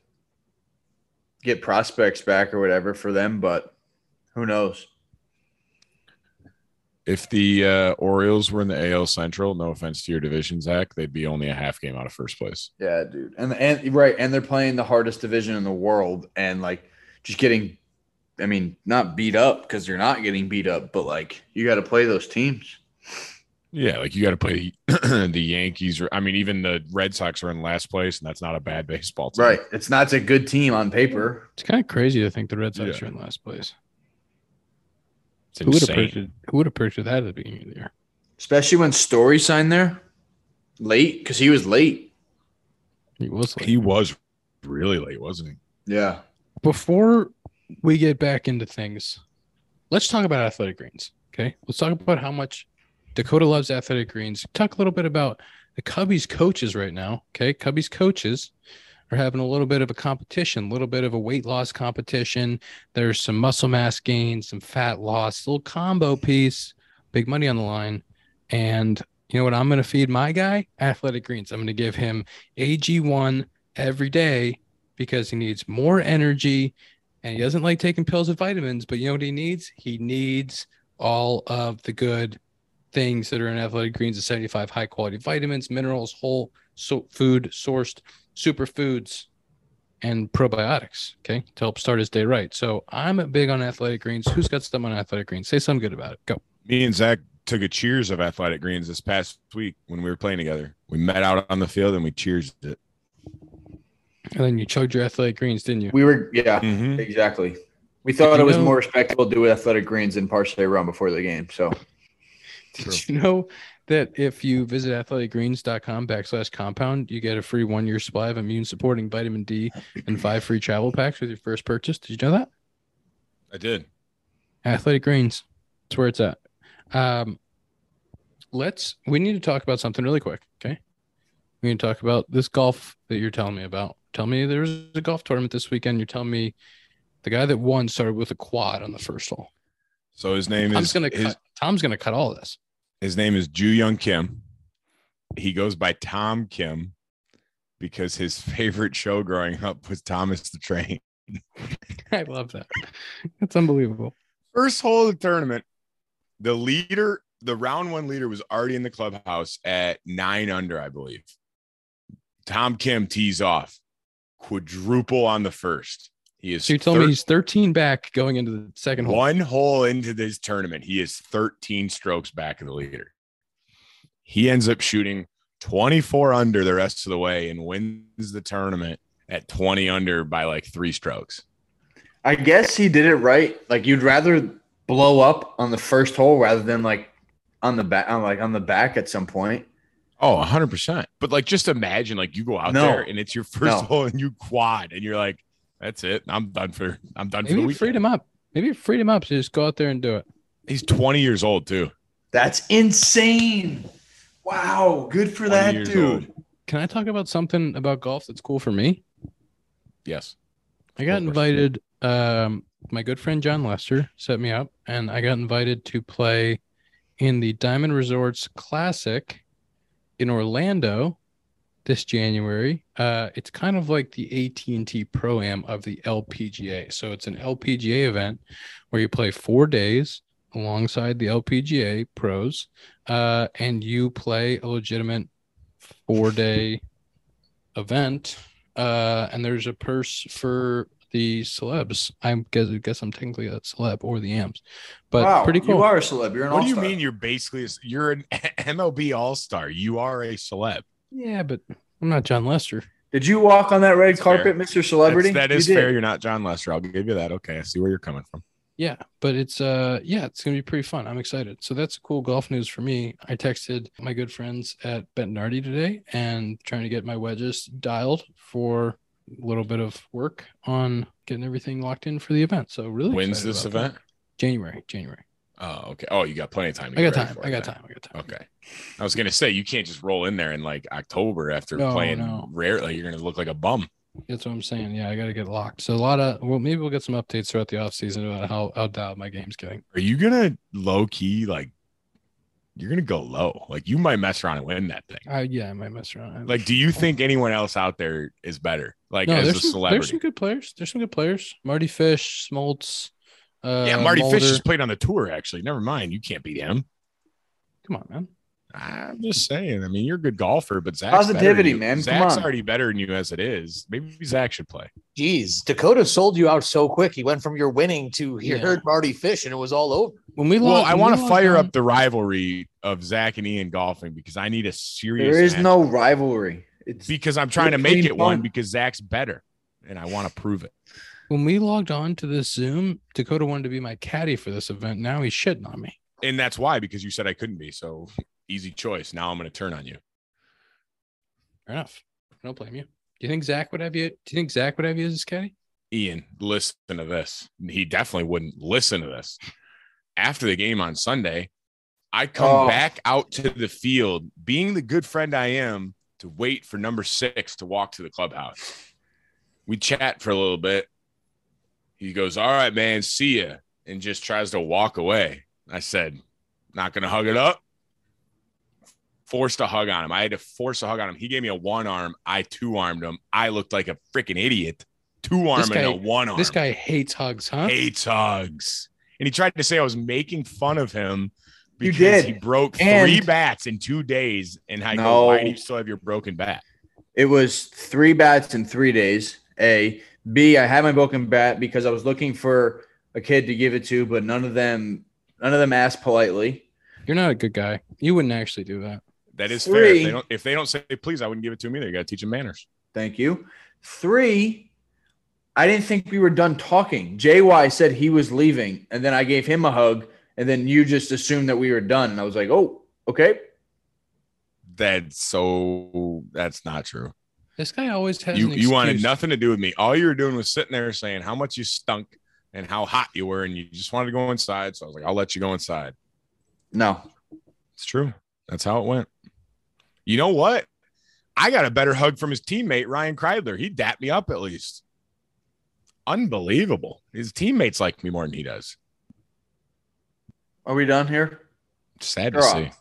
Speaker 3: get prospects back or whatever for them, but who knows?
Speaker 2: if the uh, Orioles were in the AL Central, no offense to your division, Zach, they'd be only a half game out of first place.
Speaker 3: Yeah, dude. And and right, and they're playing the hardest division in the world and like just getting I mean, not beat up because you're not getting beat up, but like you got to play those teams.
Speaker 2: Yeah, like you got to play the Yankees. Or, I mean, even the Red Sox are in last place, and that's not a bad baseball team.
Speaker 3: Right. It's not a good team on paper.
Speaker 1: It's kind of crazy to think the Red Sox
Speaker 2: Yeah.
Speaker 1: are in last place.
Speaker 2: It's
Speaker 1: Who would have
Speaker 2: insane.
Speaker 1: predicted? Who would have predicted that at the beginning of the year?
Speaker 3: especially when Story signed there late because he was late.
Speaker 1: He was like,
Speaker 2: He was really late, wasn't he?
Speaker 3: Yeah,
Speaker 1: before we get back into things, let's talk about athletic greens. Okay. Let's talk about how much Dakota loves athletic greens. Talk a little bit about the Cubbies coaches right now. Okay. Cubbies coaches are having a little bit of a competition, a little bit of a weight loss competition. There's some muscle mass gain, some fat loss, little combo piece, big money on the line. And you know what? I'm going to feed my guy athletic greens. I'm going to give him AG1 every day because he needs more energy and he doesn't like taking pills and vitamins. But you know what he needs? He needs all of the good things that are in athletic greens and 75 high quality vitamins, minerals, whole so- food sourced superfoods, and probiotics. Okay. To help start his day right. So I'm big on athletic greens. Who's got something on athletic greens? Say something good about it. Go.
Speaker 2: Me and Zach took a cheers of Athletic Greens this past week when we were playing together. We met out on the field and we cheers it.
Speaker 1: And then you chugged your athletic greens, didn't you?
Speaker 3: we were. Yeah,
Speaker 2: Mhm.
Speaker 3: exactly. We thought it
Speaker 1: You
Speaker 3: was
Speaker 1: know-
Speaker 3: more respectable to do athletic greens in Parshay Run before the game. So
Speaker 1: Did you know that if you visit athleticgreens.com backslash compound, you get a free one year supply of immune supporting vitamin D and five free travel packs with your first purchase? Did you know that?
Speaker 2: I did.
Speaker 1: Athletic Greens. That's where it's at. Um, let's, we need to talk about something really quick. Okay. We need to talk about this golf that you're telling me about. Tell me there was a golf tournament this weekend. You're telling me the guy that won started with a quad on the first hole.
Speaker 2: So his name
Speaker 1: Tom's
Speaker 2: is
Speaker 1: gonna
Speaker 2: his,
Speaker 1: cut, Tom's gonna cut all of this.
Speaker 2: His name is Ju Young Kim. He goes by Tom Kim because his favorite show growing up was Thomas the Train.
Speaker 1: I love that. That's unbelievable.
Speaker 2: First hole of the tournament, the leader, the round one leader was already in the clubhouse at nine under, I believe. Tom Kim tees off, quadruple on the first. He is
Speaker 1: So you tell me
Speaker 2: thir-
Speaker 1: he's 13 back going into the second hole.
Speaker 2: one hole into this tournament, he is 13 strokes back of the leader. He ends up shooting 24 under the rest of the way and wins the tournament at 20 under by like three strokes.
Speaker 3: I guess he did it right. Like you'd rather blow up on the first hole rather than like on the back, on like on the back at some point.
Speaker 2: Oh, 100%. But like, just imagine like you go out
Speaker 3: No.
Speaker 2: there and it's your first
Speaker 3: No.
Speaker 2: hole and you quad and you're like, that's it. I'm done for, I'm done for the
Speaker 1: Maybe it
Speaker 2: week.
Speaker 1: freed him up. Maybe it freed him up to just go out there and do it.
Speaker 2: He's 20 years old too.
Speaker 3: That's insane. Wow, good for
Speaker 2: 20
Speaker 3: that
Speaker 2: years
Speaker 3: dude.
Speaker 1: Can I talk about something about golf that's cool for me?
Speaker 2: Yes.
Speaker 1: I got
Speaker 2: Of course.
Speaker 1: invited. Um, my good friend John Lester set me up, and I got invited to play in the Diamond Resorts Classic in Orlando this January. Uh, it's kind of like the AT and T Pro Am of the LPGA. So it's an LPGA event where you play four days alongside the LPGA pros, uh, and you play a legitimate four day event uh, and there's a purse for the celebs. I guess I guess I'm technically a celeb or the amps, but
Speaker 3: wow,
Speaker 1: pretty cool.
Speaker 3: You are a celeb. You're an
Speaker 2: What do you
Speaker 3: all-star.
Speaker 2: mean? You're basically, a, you're an MLB all-star. You are a celeb.
Speaker 1: yeah, but I'm not John Lester.
Speaker 3: Did you walk on that red
Speaker 2: That's
Speaker 3: carpet, Mr. Celebrity?
Speaker 2: That's- that
Speaker 3: You
Speaker 2: is
Speaker 3: did.
Speaker 2: fair. You're not John Lester. I'll give you that. Okay, I see where you're coming from.
Speaker 1: Yeah, but it's uh yeah, it's gonna be pretty fun. I'm excited. So that's cool golf news for me. I texted my good friends at Bentonardi today and trying to get my wedges dialed for a little bit of work on getting everything locked in for the event. So really
Speaker 2: When's
Speaker 1: excited
Speaker 2: this
Speaker 1: about that.
Speaker 2: event?
Speaker 1: January, January.
Speaker 2: Oh, okay. Oh, you got plenty of time. To
Speaker 1: I got
Speaker 2: get ready
Speaker 1: time.
Speaker 2: for
Speaker 1: I
Speaker 2: it
Speaker 1: got
Speaker 2: then.
Speaker 1: time. I got time.
Speaker 2: Okay. I was gonna say you can't just roll in there in like October after
Speaker 1: No,
Speaker 2: playing
Speaker 1: no.
Speaker 2: rarely. You're gonna look like a bum.
Speaker 1: That's what I'm saying. Yeah, I got to get locked. So a lot of well, maybe we'll get some updates throughout the offseason about how how dialed my game's getting.
Speaker 2: Are you gonna low key like? You're gonna go low. Like you might mess around and win that thing.
Speaker 1: I yeah, I might mess around.
Speaker 2: Like, do you think anyone else out there is better? Like
Speaker 1: no,
Speaker 2: as a
Speaker 1: there's some, there's some
Speaker 2: celebrity.
Speaker 1: good players. There's some good players. Marty Fish, Smoltz. Uh,
Speaker 2: yeah, Marty Fish
Speaker 1: Mulder.
Speaker 2: has played on the tour. Actually, never mind. You can't beat him.
Speaker 1: Come on, man.
Speaker 2: I'm just saying. I mean, you're a good golfer, but Zach's better than
Speaker 3: Positivity,
Speaker 2: you.
Speaker 3: man. Come
Speaker 2: Zach's
Speaker 3: on.
Speaker 2: already better than you as it is. Maybe Zach should play.
Speaker 4: Jeez, Dakota sold you out so quick. He went from your winning to he
Speaker 1: Yeah.
Speaker 4: heard Marty Fish and it was all over.
Speaker 1: When we
Speaker 2: Well,
Speaker 1: lock-
Speaker 2: I
Speaker 1: when
Speaker 2: want
Speaker 1: we
Speaker 2: to
Speaker 1: lock
Speaker 2: fire
Speaker 1: down-
Speaker 2: up the rivalry of Zach and Ian golfing because I need a serious.
Speaker 3: There is
Speaker 2: match.
Speaker 3: no rivalry. It's
Speaker 2: because I'm trying to
Speaker 3: It's
Speaker 2: make
Speaker 3: clean
Speaker 2: it one
Speaker 3: fun.
Speaker 2: because Zach's better, and I want to prove it.
Speaker 1: when we logged on to this Zoom. Dakota wanted to be my caddy for this event. Now he's shitting on me.
Speaker 2: And that's why because you said I couldn't be. So easy choice. Now I'm going to turn on you.
Speaker 1: Fair enough. I don't blame you. Do you think Zach would have you? Do you think Zach would have you as his caddy?
Speaker 2: Ian, listen to this. He definitely wouldn't listen to this. After the game on Sunday, I come
Speaker 3: Oh.
Speaker 2: back out to the field, being the good friend I am, to wait for number six to walk to the clubhouse. We chat for a little bit. He goes, All right, man, see ya, and just tries to walk away. I said, Not going to hug it up. Forced a hug on him. I had to force a hug on him. He gave me a one arm. I two armed him. I looked like a freaking idiot. Two arm
Speaker 1: guy-
Speaker 2: and a one arm
Speaker 1: This guy hates hugs, huh?
Speaker 2: hates hugs. And he tried to say I was making fun of him
Speaker 3: You
Speaker 2: because
Speaker 3: did.
Speaker 2: he broke
Speaker 3: And-
Speaker 2: three bats in two days. And I go,
Speaker 3: No.
Speaker 2: why do you still have your broken bat?
Speaker 3: It was three bats in three days. A. B. I had my broken bat because I was looking for a kid to give it to, but none of them none of them asked politely.
Speaker 1: You're not a good guy. You wouldn't actually do that.
Speaker 2: That is fair. If
Speaker 3: Three.
Speaker 2: they don't if they don't say please, I wouldn't give it to him either. You gotta teach him manners.
Speaker 3: Thank you. Three. I didn't think we were done talking. JY said he was leaving, and then I gave him a hug, and then you just assumed that we were done. And I was like, "Oh, okay."
Speaker 2: That's so that's not true.
Speaker 1: This guy always has.
Speaker 2: You
Speaker 1: an
Speaker 2: you wanted
Speaker 1: excuse.
Speaker 2: nothing to do with me. All you were doing was sitting there saying how much you stunk and how hot you were, and you just wanted to go inside. So I was like, I'll let you go inside.
Speaker 3: No,
Speaker 2: It's true. That's how it went. You know what? I got a better hug from his teammate Ryan Kreidler. He dapped me up at least. Unbelievable. His teammates like me more than he does.
Speaker 3: are we done here?
Speaker 2: Sad to
Speaker 3: Grow
Speaker 2: see.
Speaker 3: up.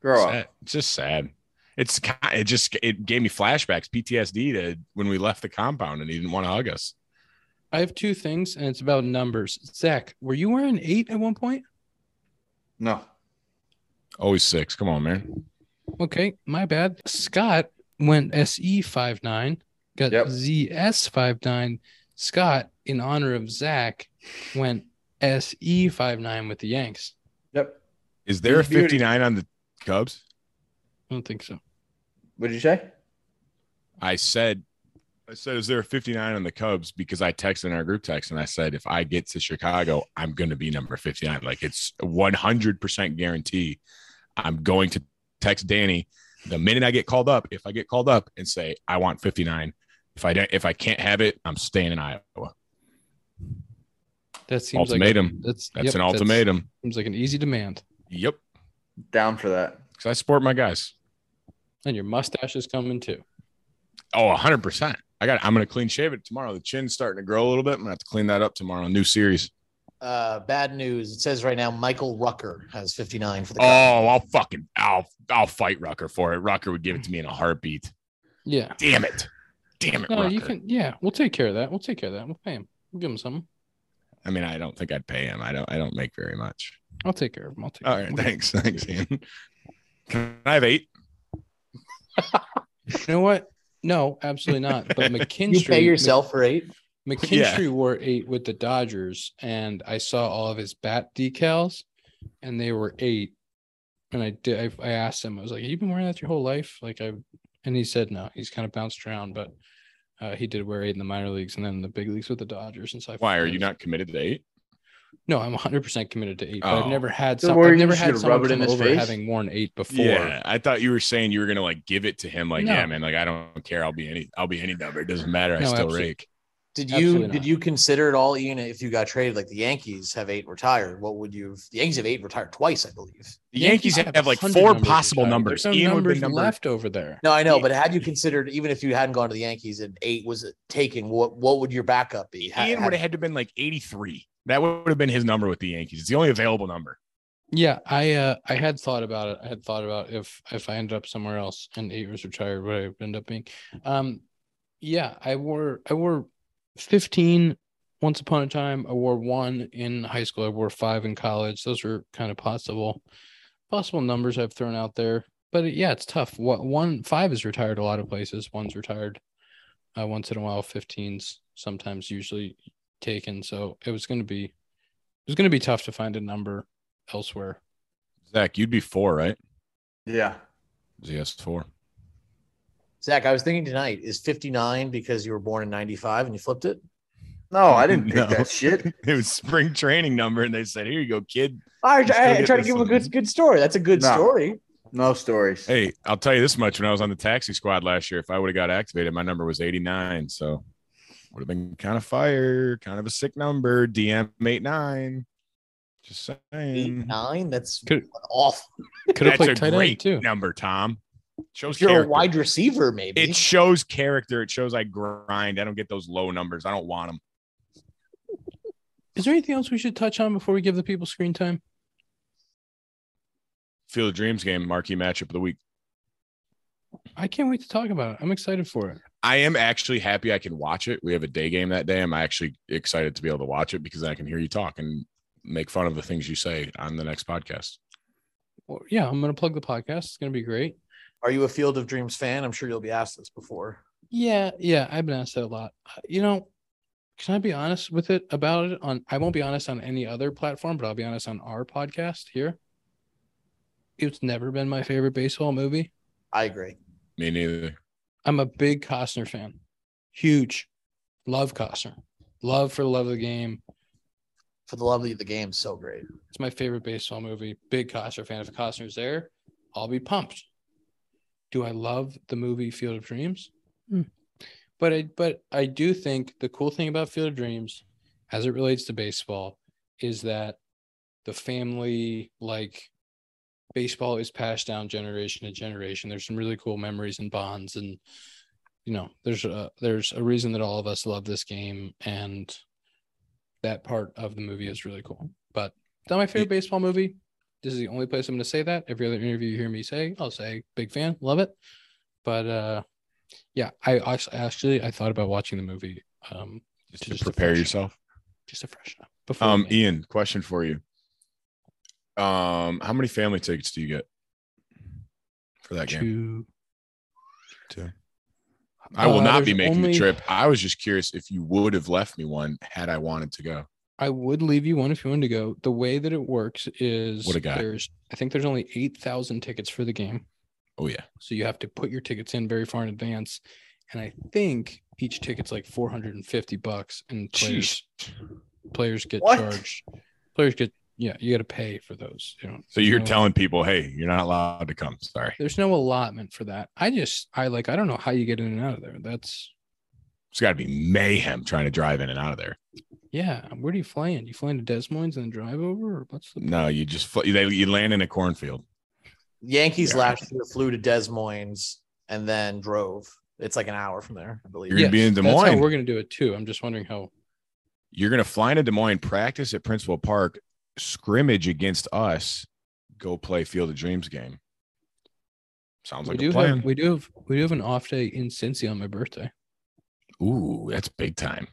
Speaker 3: Grow up.
Speaker 2: Sad. It's just sad. It's ki- it just it gave me flashbacks, PTSD to when we left the compound and he didn't want to hug us.
Speaker 1: I have two things, and it's about numbers. Zach, were you wearing eight at one point?
Speaker 3: No.
Speaker 2: Always six. Come on, man.
Speaker 1: Okay, my bad. Scott went SE 59, got
Speaker 3: Yep.
Speaker 1: ZS 59. Scott, in honor of Zach, went SE 59 with the Yanks.
Speaker 3: Yep.
Speaker 2: Is there a
Speaker 3: He's beauty.
Speaker 2: 59 on the Cubs?
Speaker 1: I don't think so.
Speaker 3: What did you say?
Speaker 2: I said, I said, is there a 59 on the Cubs? Because I texted in our group text and I said, if I get to Chicago, I'm going to be number 59. Like it's 100% guarantee. I'm going to text Danny the minute I get called up. If I get called up and say, I want 59. If I don't, if I can't have it, I'm staying in Iowa.
Speaker 1: That seems
Speaker 2: Ultimatum.
Speaker 1: like that's,
Speaker 2: that's
Speaker 1: yep,
Speaker 2: an ultimatum.
Speaker 1: seems like an easy demand.
Speaker 2: yep.
Speaker 3: Down for that.
Speaker 2: Cause I support my guys.
Speaker 1: And your mustache is coming too.
Speaker 2: Oh, 100%. I got, I'm going to clean shave it tomorrow. The chin's starting to grow a little bit. I'm going to have to clean that up tomorrow. New series.
Speaker 4: Uh, bad news. It says right now Michael Rucker has 59 for the Cubs.
Speaker 2: Oh, I'll fucking I'll I'll fight Rucker for it. Rucker would give it to me in a heartbeat.
Speaker 1: Yeah.
Speaker 2: Damn it. Damn it,
Speaker 1: No,
Speaker 2: Rucker.
Speaker 1: you can. Yeah, we'll take care of that. We'll take care of that. We'll pay him. We'll give him something.
Speaker 2: I mean, I don't think I'd pay him. I don't I don't make very much.
Speaker 1: I'll take care of him. I'll take
Speaker 2: All
Speaker 1: care
Speaker 2: right,
Speaker 1: of him.
Speaker 2: thanks. Thanks, Ian. Can I have eight?
Speaker 1: You know what? No, absolutely not. But McKinstry.
Speaker 4: You pay yourself for eight.
Speaker 1: McKinstry wore eight with the Dodgers, and I saw all of his bat decals, and they were eight. And I did. I, I asked him. I was like, "You've been wearing that your whole life?" Like I, and he said no. He's kind of bounced around, but Uh, he did wear eight in the minor leagues and then in the big leagues with the Dodgers. And so I
Speaker 2: Why are you not committed to eight?
Speaker 1: No, I'm 100 percent committed to eight. But
Speaker 2: Oh.
Speaker 1: I've never had
Speaker 3: Don't
Speaker 1: some.
Speaker 3: worry,
Speaker 1: I've
Speaker 3: you're
Speaker 1: never
Speaker 3: just
Speaker 1: had
Speaker 3: gonna
Speaker 1: someone
Speaker 3: rub it in
Speaker 1: come
Speaker 3: his
Speaker 1: over
Speaker 3: face?
Speaker 1: having worn eight before.
Speaker 2: Yeah, I thought you were saying you were gonna like give it to him. Like,
Speaker 1: No.
Speaker 2: yeah, man, like I don't care. I'll be any. I'll be any number. It doesn't matter. I
Speaker 1: No,
Speaker 2: still
Speaker 1: absolutely.
Speaker 2: rake.
Speaker 4: Did
Speaker 1: Absolutely
Speaker 4: you
Speaker 1: not.
Speaker 4: did you consider it all even if you got traded? Like the Yankees have eight retired. What would you? The Yankees have eight retired twice, I believe.
Speaker 2: The Yankees have, like
Speaker 1: 100
Speaker 2: four
Speaker 1: numbers
Speaker 2: possible
Speaker 1: retired.
Speaker 2: numbers.
Speaker 1: There's no
Speaker 2: Ian would've
Speaker 1: numbers
Speaker 2: been number-
Speaker 1: left over there.
Speaker 4: No, I know, but had you considered even if you hadn't gone to the Yankees and eight was taken, what what would your backup be? Ha-
Speaker 2: Ian
Speaker 4: had-
Speaker 2: would have had to been like 83. That would have been his number with the Yankees. It's the only available number.
Speaker 1: Yeah, I uh, I had thought about it. I had thought about if if I ended up somewhere else and eight years retired, what I would end up being. Um, yeah, I wore I wore fifteen once upon a time. I wore one in high school. I wore five in college. Those are kind of possible possible numbers I've thrown out there. But yeah, it's tough. What one five is retired a lot of places. One's retired uh, once in a while. 15s sometimes usually taken. So it was going to be it was going to be tough to find a number elsewhere.
Speaker 2: Zach, you'd be four, right?
Speaker 3: Yeah.
Speaker 2: ZS four.
Speaker 4: Zach, I was thinking tonight is fifty nine because you were born in ninety five and you flipped it.
Speaker 3: No, I didn't pick
Speaker 2: No.
Speaker 3: that shit.
Speaker 2: It was spring training number, and they said, "Here you go, kid."
Speaker 4: I,
Speaker 2: Let's go
Speaker 4: I, I
Speaker 2: get
Speaker 4: try to
Speaker 2: this
Speaker 4: give him a
Speaker 2: one.
Speaker 4: good good story. That's a good
Speaker 3: No.
Speaker 4: story.
Speaker 3: No stories.
Speaker 2: Hey, I'll tell you this much: when I was on the taxi squad last year, if I would have got activated, my number was 89, so would have been kind of fire, kind of a sick number. DM 89. Just
Speaker 4: Eight
Speaker 2: saying,
Speaker 4: nine. That's
Speaker 1: Could-
Speaker 4: awful.
Speaker 1: Could have
Speaker 2: that's
Speaker 1: played
Speaker 2: a
Speaker 1: tight end
Speaker 2: great
Speaker 1: too.
Speaker 2: number, Tom. Shows
Speaker 4: If you're a
Speaker 2: character.
Speaker 4: wide receiver, maybe.
Speaker 2: It shows character. It shows I grind. I don't get those low numbers. I don't want them.
Speaker 1: Is there anything else we should touch on before we give the people screen time?
Speaker 2: Field of Dreams game, marquee matchup of the week.
Speaker 1: I can't wait to talk about it. I'm excited for it.
Speaker 2: I am actually happy I can watch it. We have a day game that day. I'm actually excited to be able to watch it because I can hear you talk and make fun of the things you say on the next podcast.
Speaker 1: Well, yeah, I'm going to plug the podcast. It's going to be great.
Speaker 4: Are you a Field of Dreams fan? I'm sure you'll be asked this before.
Speaker 1: Yeah, yeah, I've been asked that a lot. Uh, You know, can I be honest with it about it? On I won't be honest on any other platform, but I'll be honest on our podcast here. It's never been my favorite baseball movie.
Speaker 4: I agree.
Speaker 2: Me neither.
Speaker 1: I'm a big Costner fan, huge, love Costner, love for the love of the game.
Speaker 4: For the love of the game, so great.
Speaker 1: It's my favorite baseball movie. Big Costner fan. If Costner's there, I'll be pumped. Do I love the movie Field of Dreams? Hmm. But I but I do think the cool thing about Field of Dreams, as it relates to baseball, is that the family like baseball is passed down generation to generation. There's some really cool memories and bonds, and you know, there's a there's a reason that all of us love this game, and that part of the movie is really cool. But it's not my favorite baseball movie. This is the only place I'm going to say that. Every other interview you hear me say, I'll say big fan, love it. But uh, yeah, I act- actually I thought about watching the movie um,
Speaker 2: Just,
Speaker 1: Just
Speaker 2: to
Speaker 1: a
Speaker 2: prepare
Speaker 1: fresh-
Speaker 2: yourself.
Speaker 1: just to freshen up. Before
Speaker 2: Um,
Speaker 1: we-
Speaker 2: Ian, question for you. Um, how many family tickets do you get for that game?
Speaker 1: to-
Speaker 2: Two. I will
Speaker 1: Uh,
Speaker 2: not be
Speaker 1: there's
Speaker 2: making
Speaker 1: only-
Speaker 2: the trip. I was just curious if you would have left me one had I wanted to go.
Speaker 1: I would leave you one if you wanted to go. The way that it works is
Speaker 2: What a guy.
Speaker 1: there's I think there's only eight thousand tickets for the game.
Speaker 2: Oh yeah.
Speaker 1: So you have to put your tickets in very far in advance. And I think each ticket's like 450 bucks and players players get
Speaker 3: What?
Speaker 1: charged. Players get yeah, you got to pay for those. You know,
Speaker 2: So you're
Speaker 1: No.
Speaker 2: telling people, hey, you're not allowed to come. Sorry.
Speaker 1: there's no allotment for that. I just I like I don't know how you get in and out of there. That's
Speaker 2: It's got to be mayhem trying to drive in and out of there.
Speaker 1: yeah. um, Where do you fly in? You fly into Des Moines and then drive over, or what's the?
Speaker 2: No, you just fl- they, you land in a cornfield.
Speaker 4: Yankees
Speaker 2: Yeah.
Speaker 4: last year flew to Des Moines and then drove. It's like an hour from there, I believe.
Speaker 2: You're gonna be in Des
Speaker 1: That's how
Speaker 2: Moines.
Speaker 1: we're gonna do it too. I'm just wondering how.
Speaker 2: You're gonna fly into Des Moines, practice at Principal Park, scrimmage against us, go play Field of Dreams game. Sounds
Speaker 1: We
Speaker 2: like
Speaker 1: do
Speaker 2: a plan.
Speaker 1: have we do have we do have an off day in Cincy on my birthday.
Speaker 2: Ooh, that's big time.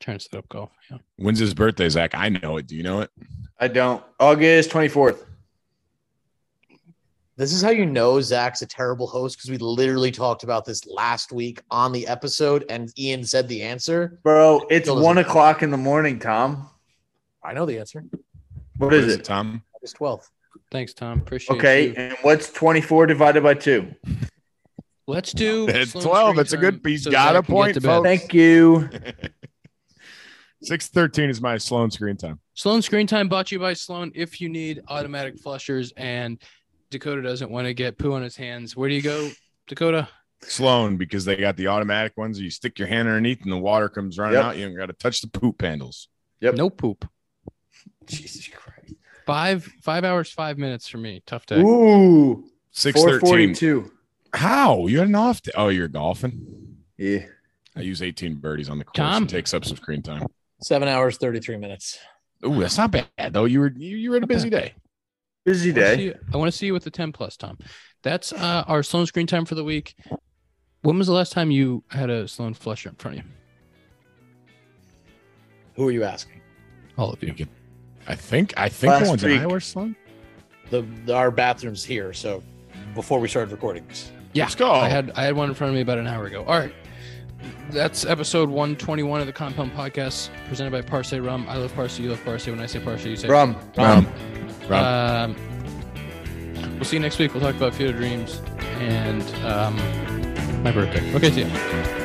Speaker 1: Trying to set up golf. Yeah.
Speaker 2: When's his birthday, Zach? I know it. Do you know it?
Speaker 3: I don't. August 24th.
Speaker 4: This is how you know Zach's a terrible host because we literally talked about this last week on the episode, and Ian said the answer.
Speaker 3: Bro, it's
Speaker 4: Still doesn't-
Speaker 3: one o'clock in the morning, Tom.
Speaker 4: I know the answer.
Speaker 3: What is it?
Speaker 2: Tom?
Speaker 4: August 12th.
Speaker 1: Thanks, Tom. Appreciate
Speaker 3: Okay.
Speaker 1: you.
Speaker 3: And what's 24 divided by two?
Speaker 1: Let's do.
Speaker 2: It's
Speaker 1: Slim
Speaker 2: 12.
Speaker 1: Street
Speaker 2: It's a good
Speaker 1: time
Speaker 2: piece.
Speaker 1: so Zach
Speaker 2: Got a
Speaker 1: can get
Speaker 2: point,
Speaker 1: to bed.
Speaker 2: folks.
Speaker 3: Thank you.
Speaker 2: 613 is my Sloan screen time.
Speaker 1: Sloan Screen Time bought you by Sloan. If you need automatic flushers and Dakota doesn't want to get poo on his hands, where do you go, Dakota?
Speaker 2: Sloan, because they got the automatic ones. You stick your hand underneath and the water comes running
Speaker 3: Yep.
Speaker 2: out. You got to touch the poop handles.
Speaker 3: Yep.
Speaker 1: No poop.
Speaker 3: Jesus Christ.
Speaker 1: Five five hours five minutes for me. Tough day.
Speaker 3: Ooh.
Speaker 2: 613.
Speaker 3: 442.
Speaker 2: How? You had an off day. Oh, you're golfing?
Speaker 3: Yeah.
Speaker 2: I use 18 birdies on the course.
Speaker 1: Tom?
Speaker 2: It takes up some screen time.
Speaker 4: Seven hours, 33 minutes.
Speaker 2: Ooh, that's not bad though. You were you, you were at a busy day.
Speaker 3: Busy
Speaker 1: I wanna see
Speaker 3: day.
Speaker 1: you- I want to see you with the ten plus, Tom. That's uh, our Sloan Screen Time for the week. When was the last time you had a Sloan flusher in front of you?
Speaker 4: Who are you asking?
Speaker 1: All of you.
Speaker 2: I think I think
Speaker 3: Last
Speaker 2: the ones in
Speaker 3: week.
Speaker 2: Iowa are slow.
Speaker 4: The, the our bathrooms here. So before we started recording this,
Speaker 1: Yeah.
Speaker 2: Let's go.
Speaker 3: Oh.
Speaker 1: I had I had one in front of me about an hour ago. All right. That's episode 121 of the Compound Podcast presented by Parsley Rum. I love Parsley. You love Parsley. When I say Parsley, you say
Speaker 3: Rum.
Speaker 2: Rum. Rum.
Speaker 1: Um, we'll see you next week. We'll talk about Field of Dreams and um, my birthday. Okay, see ya.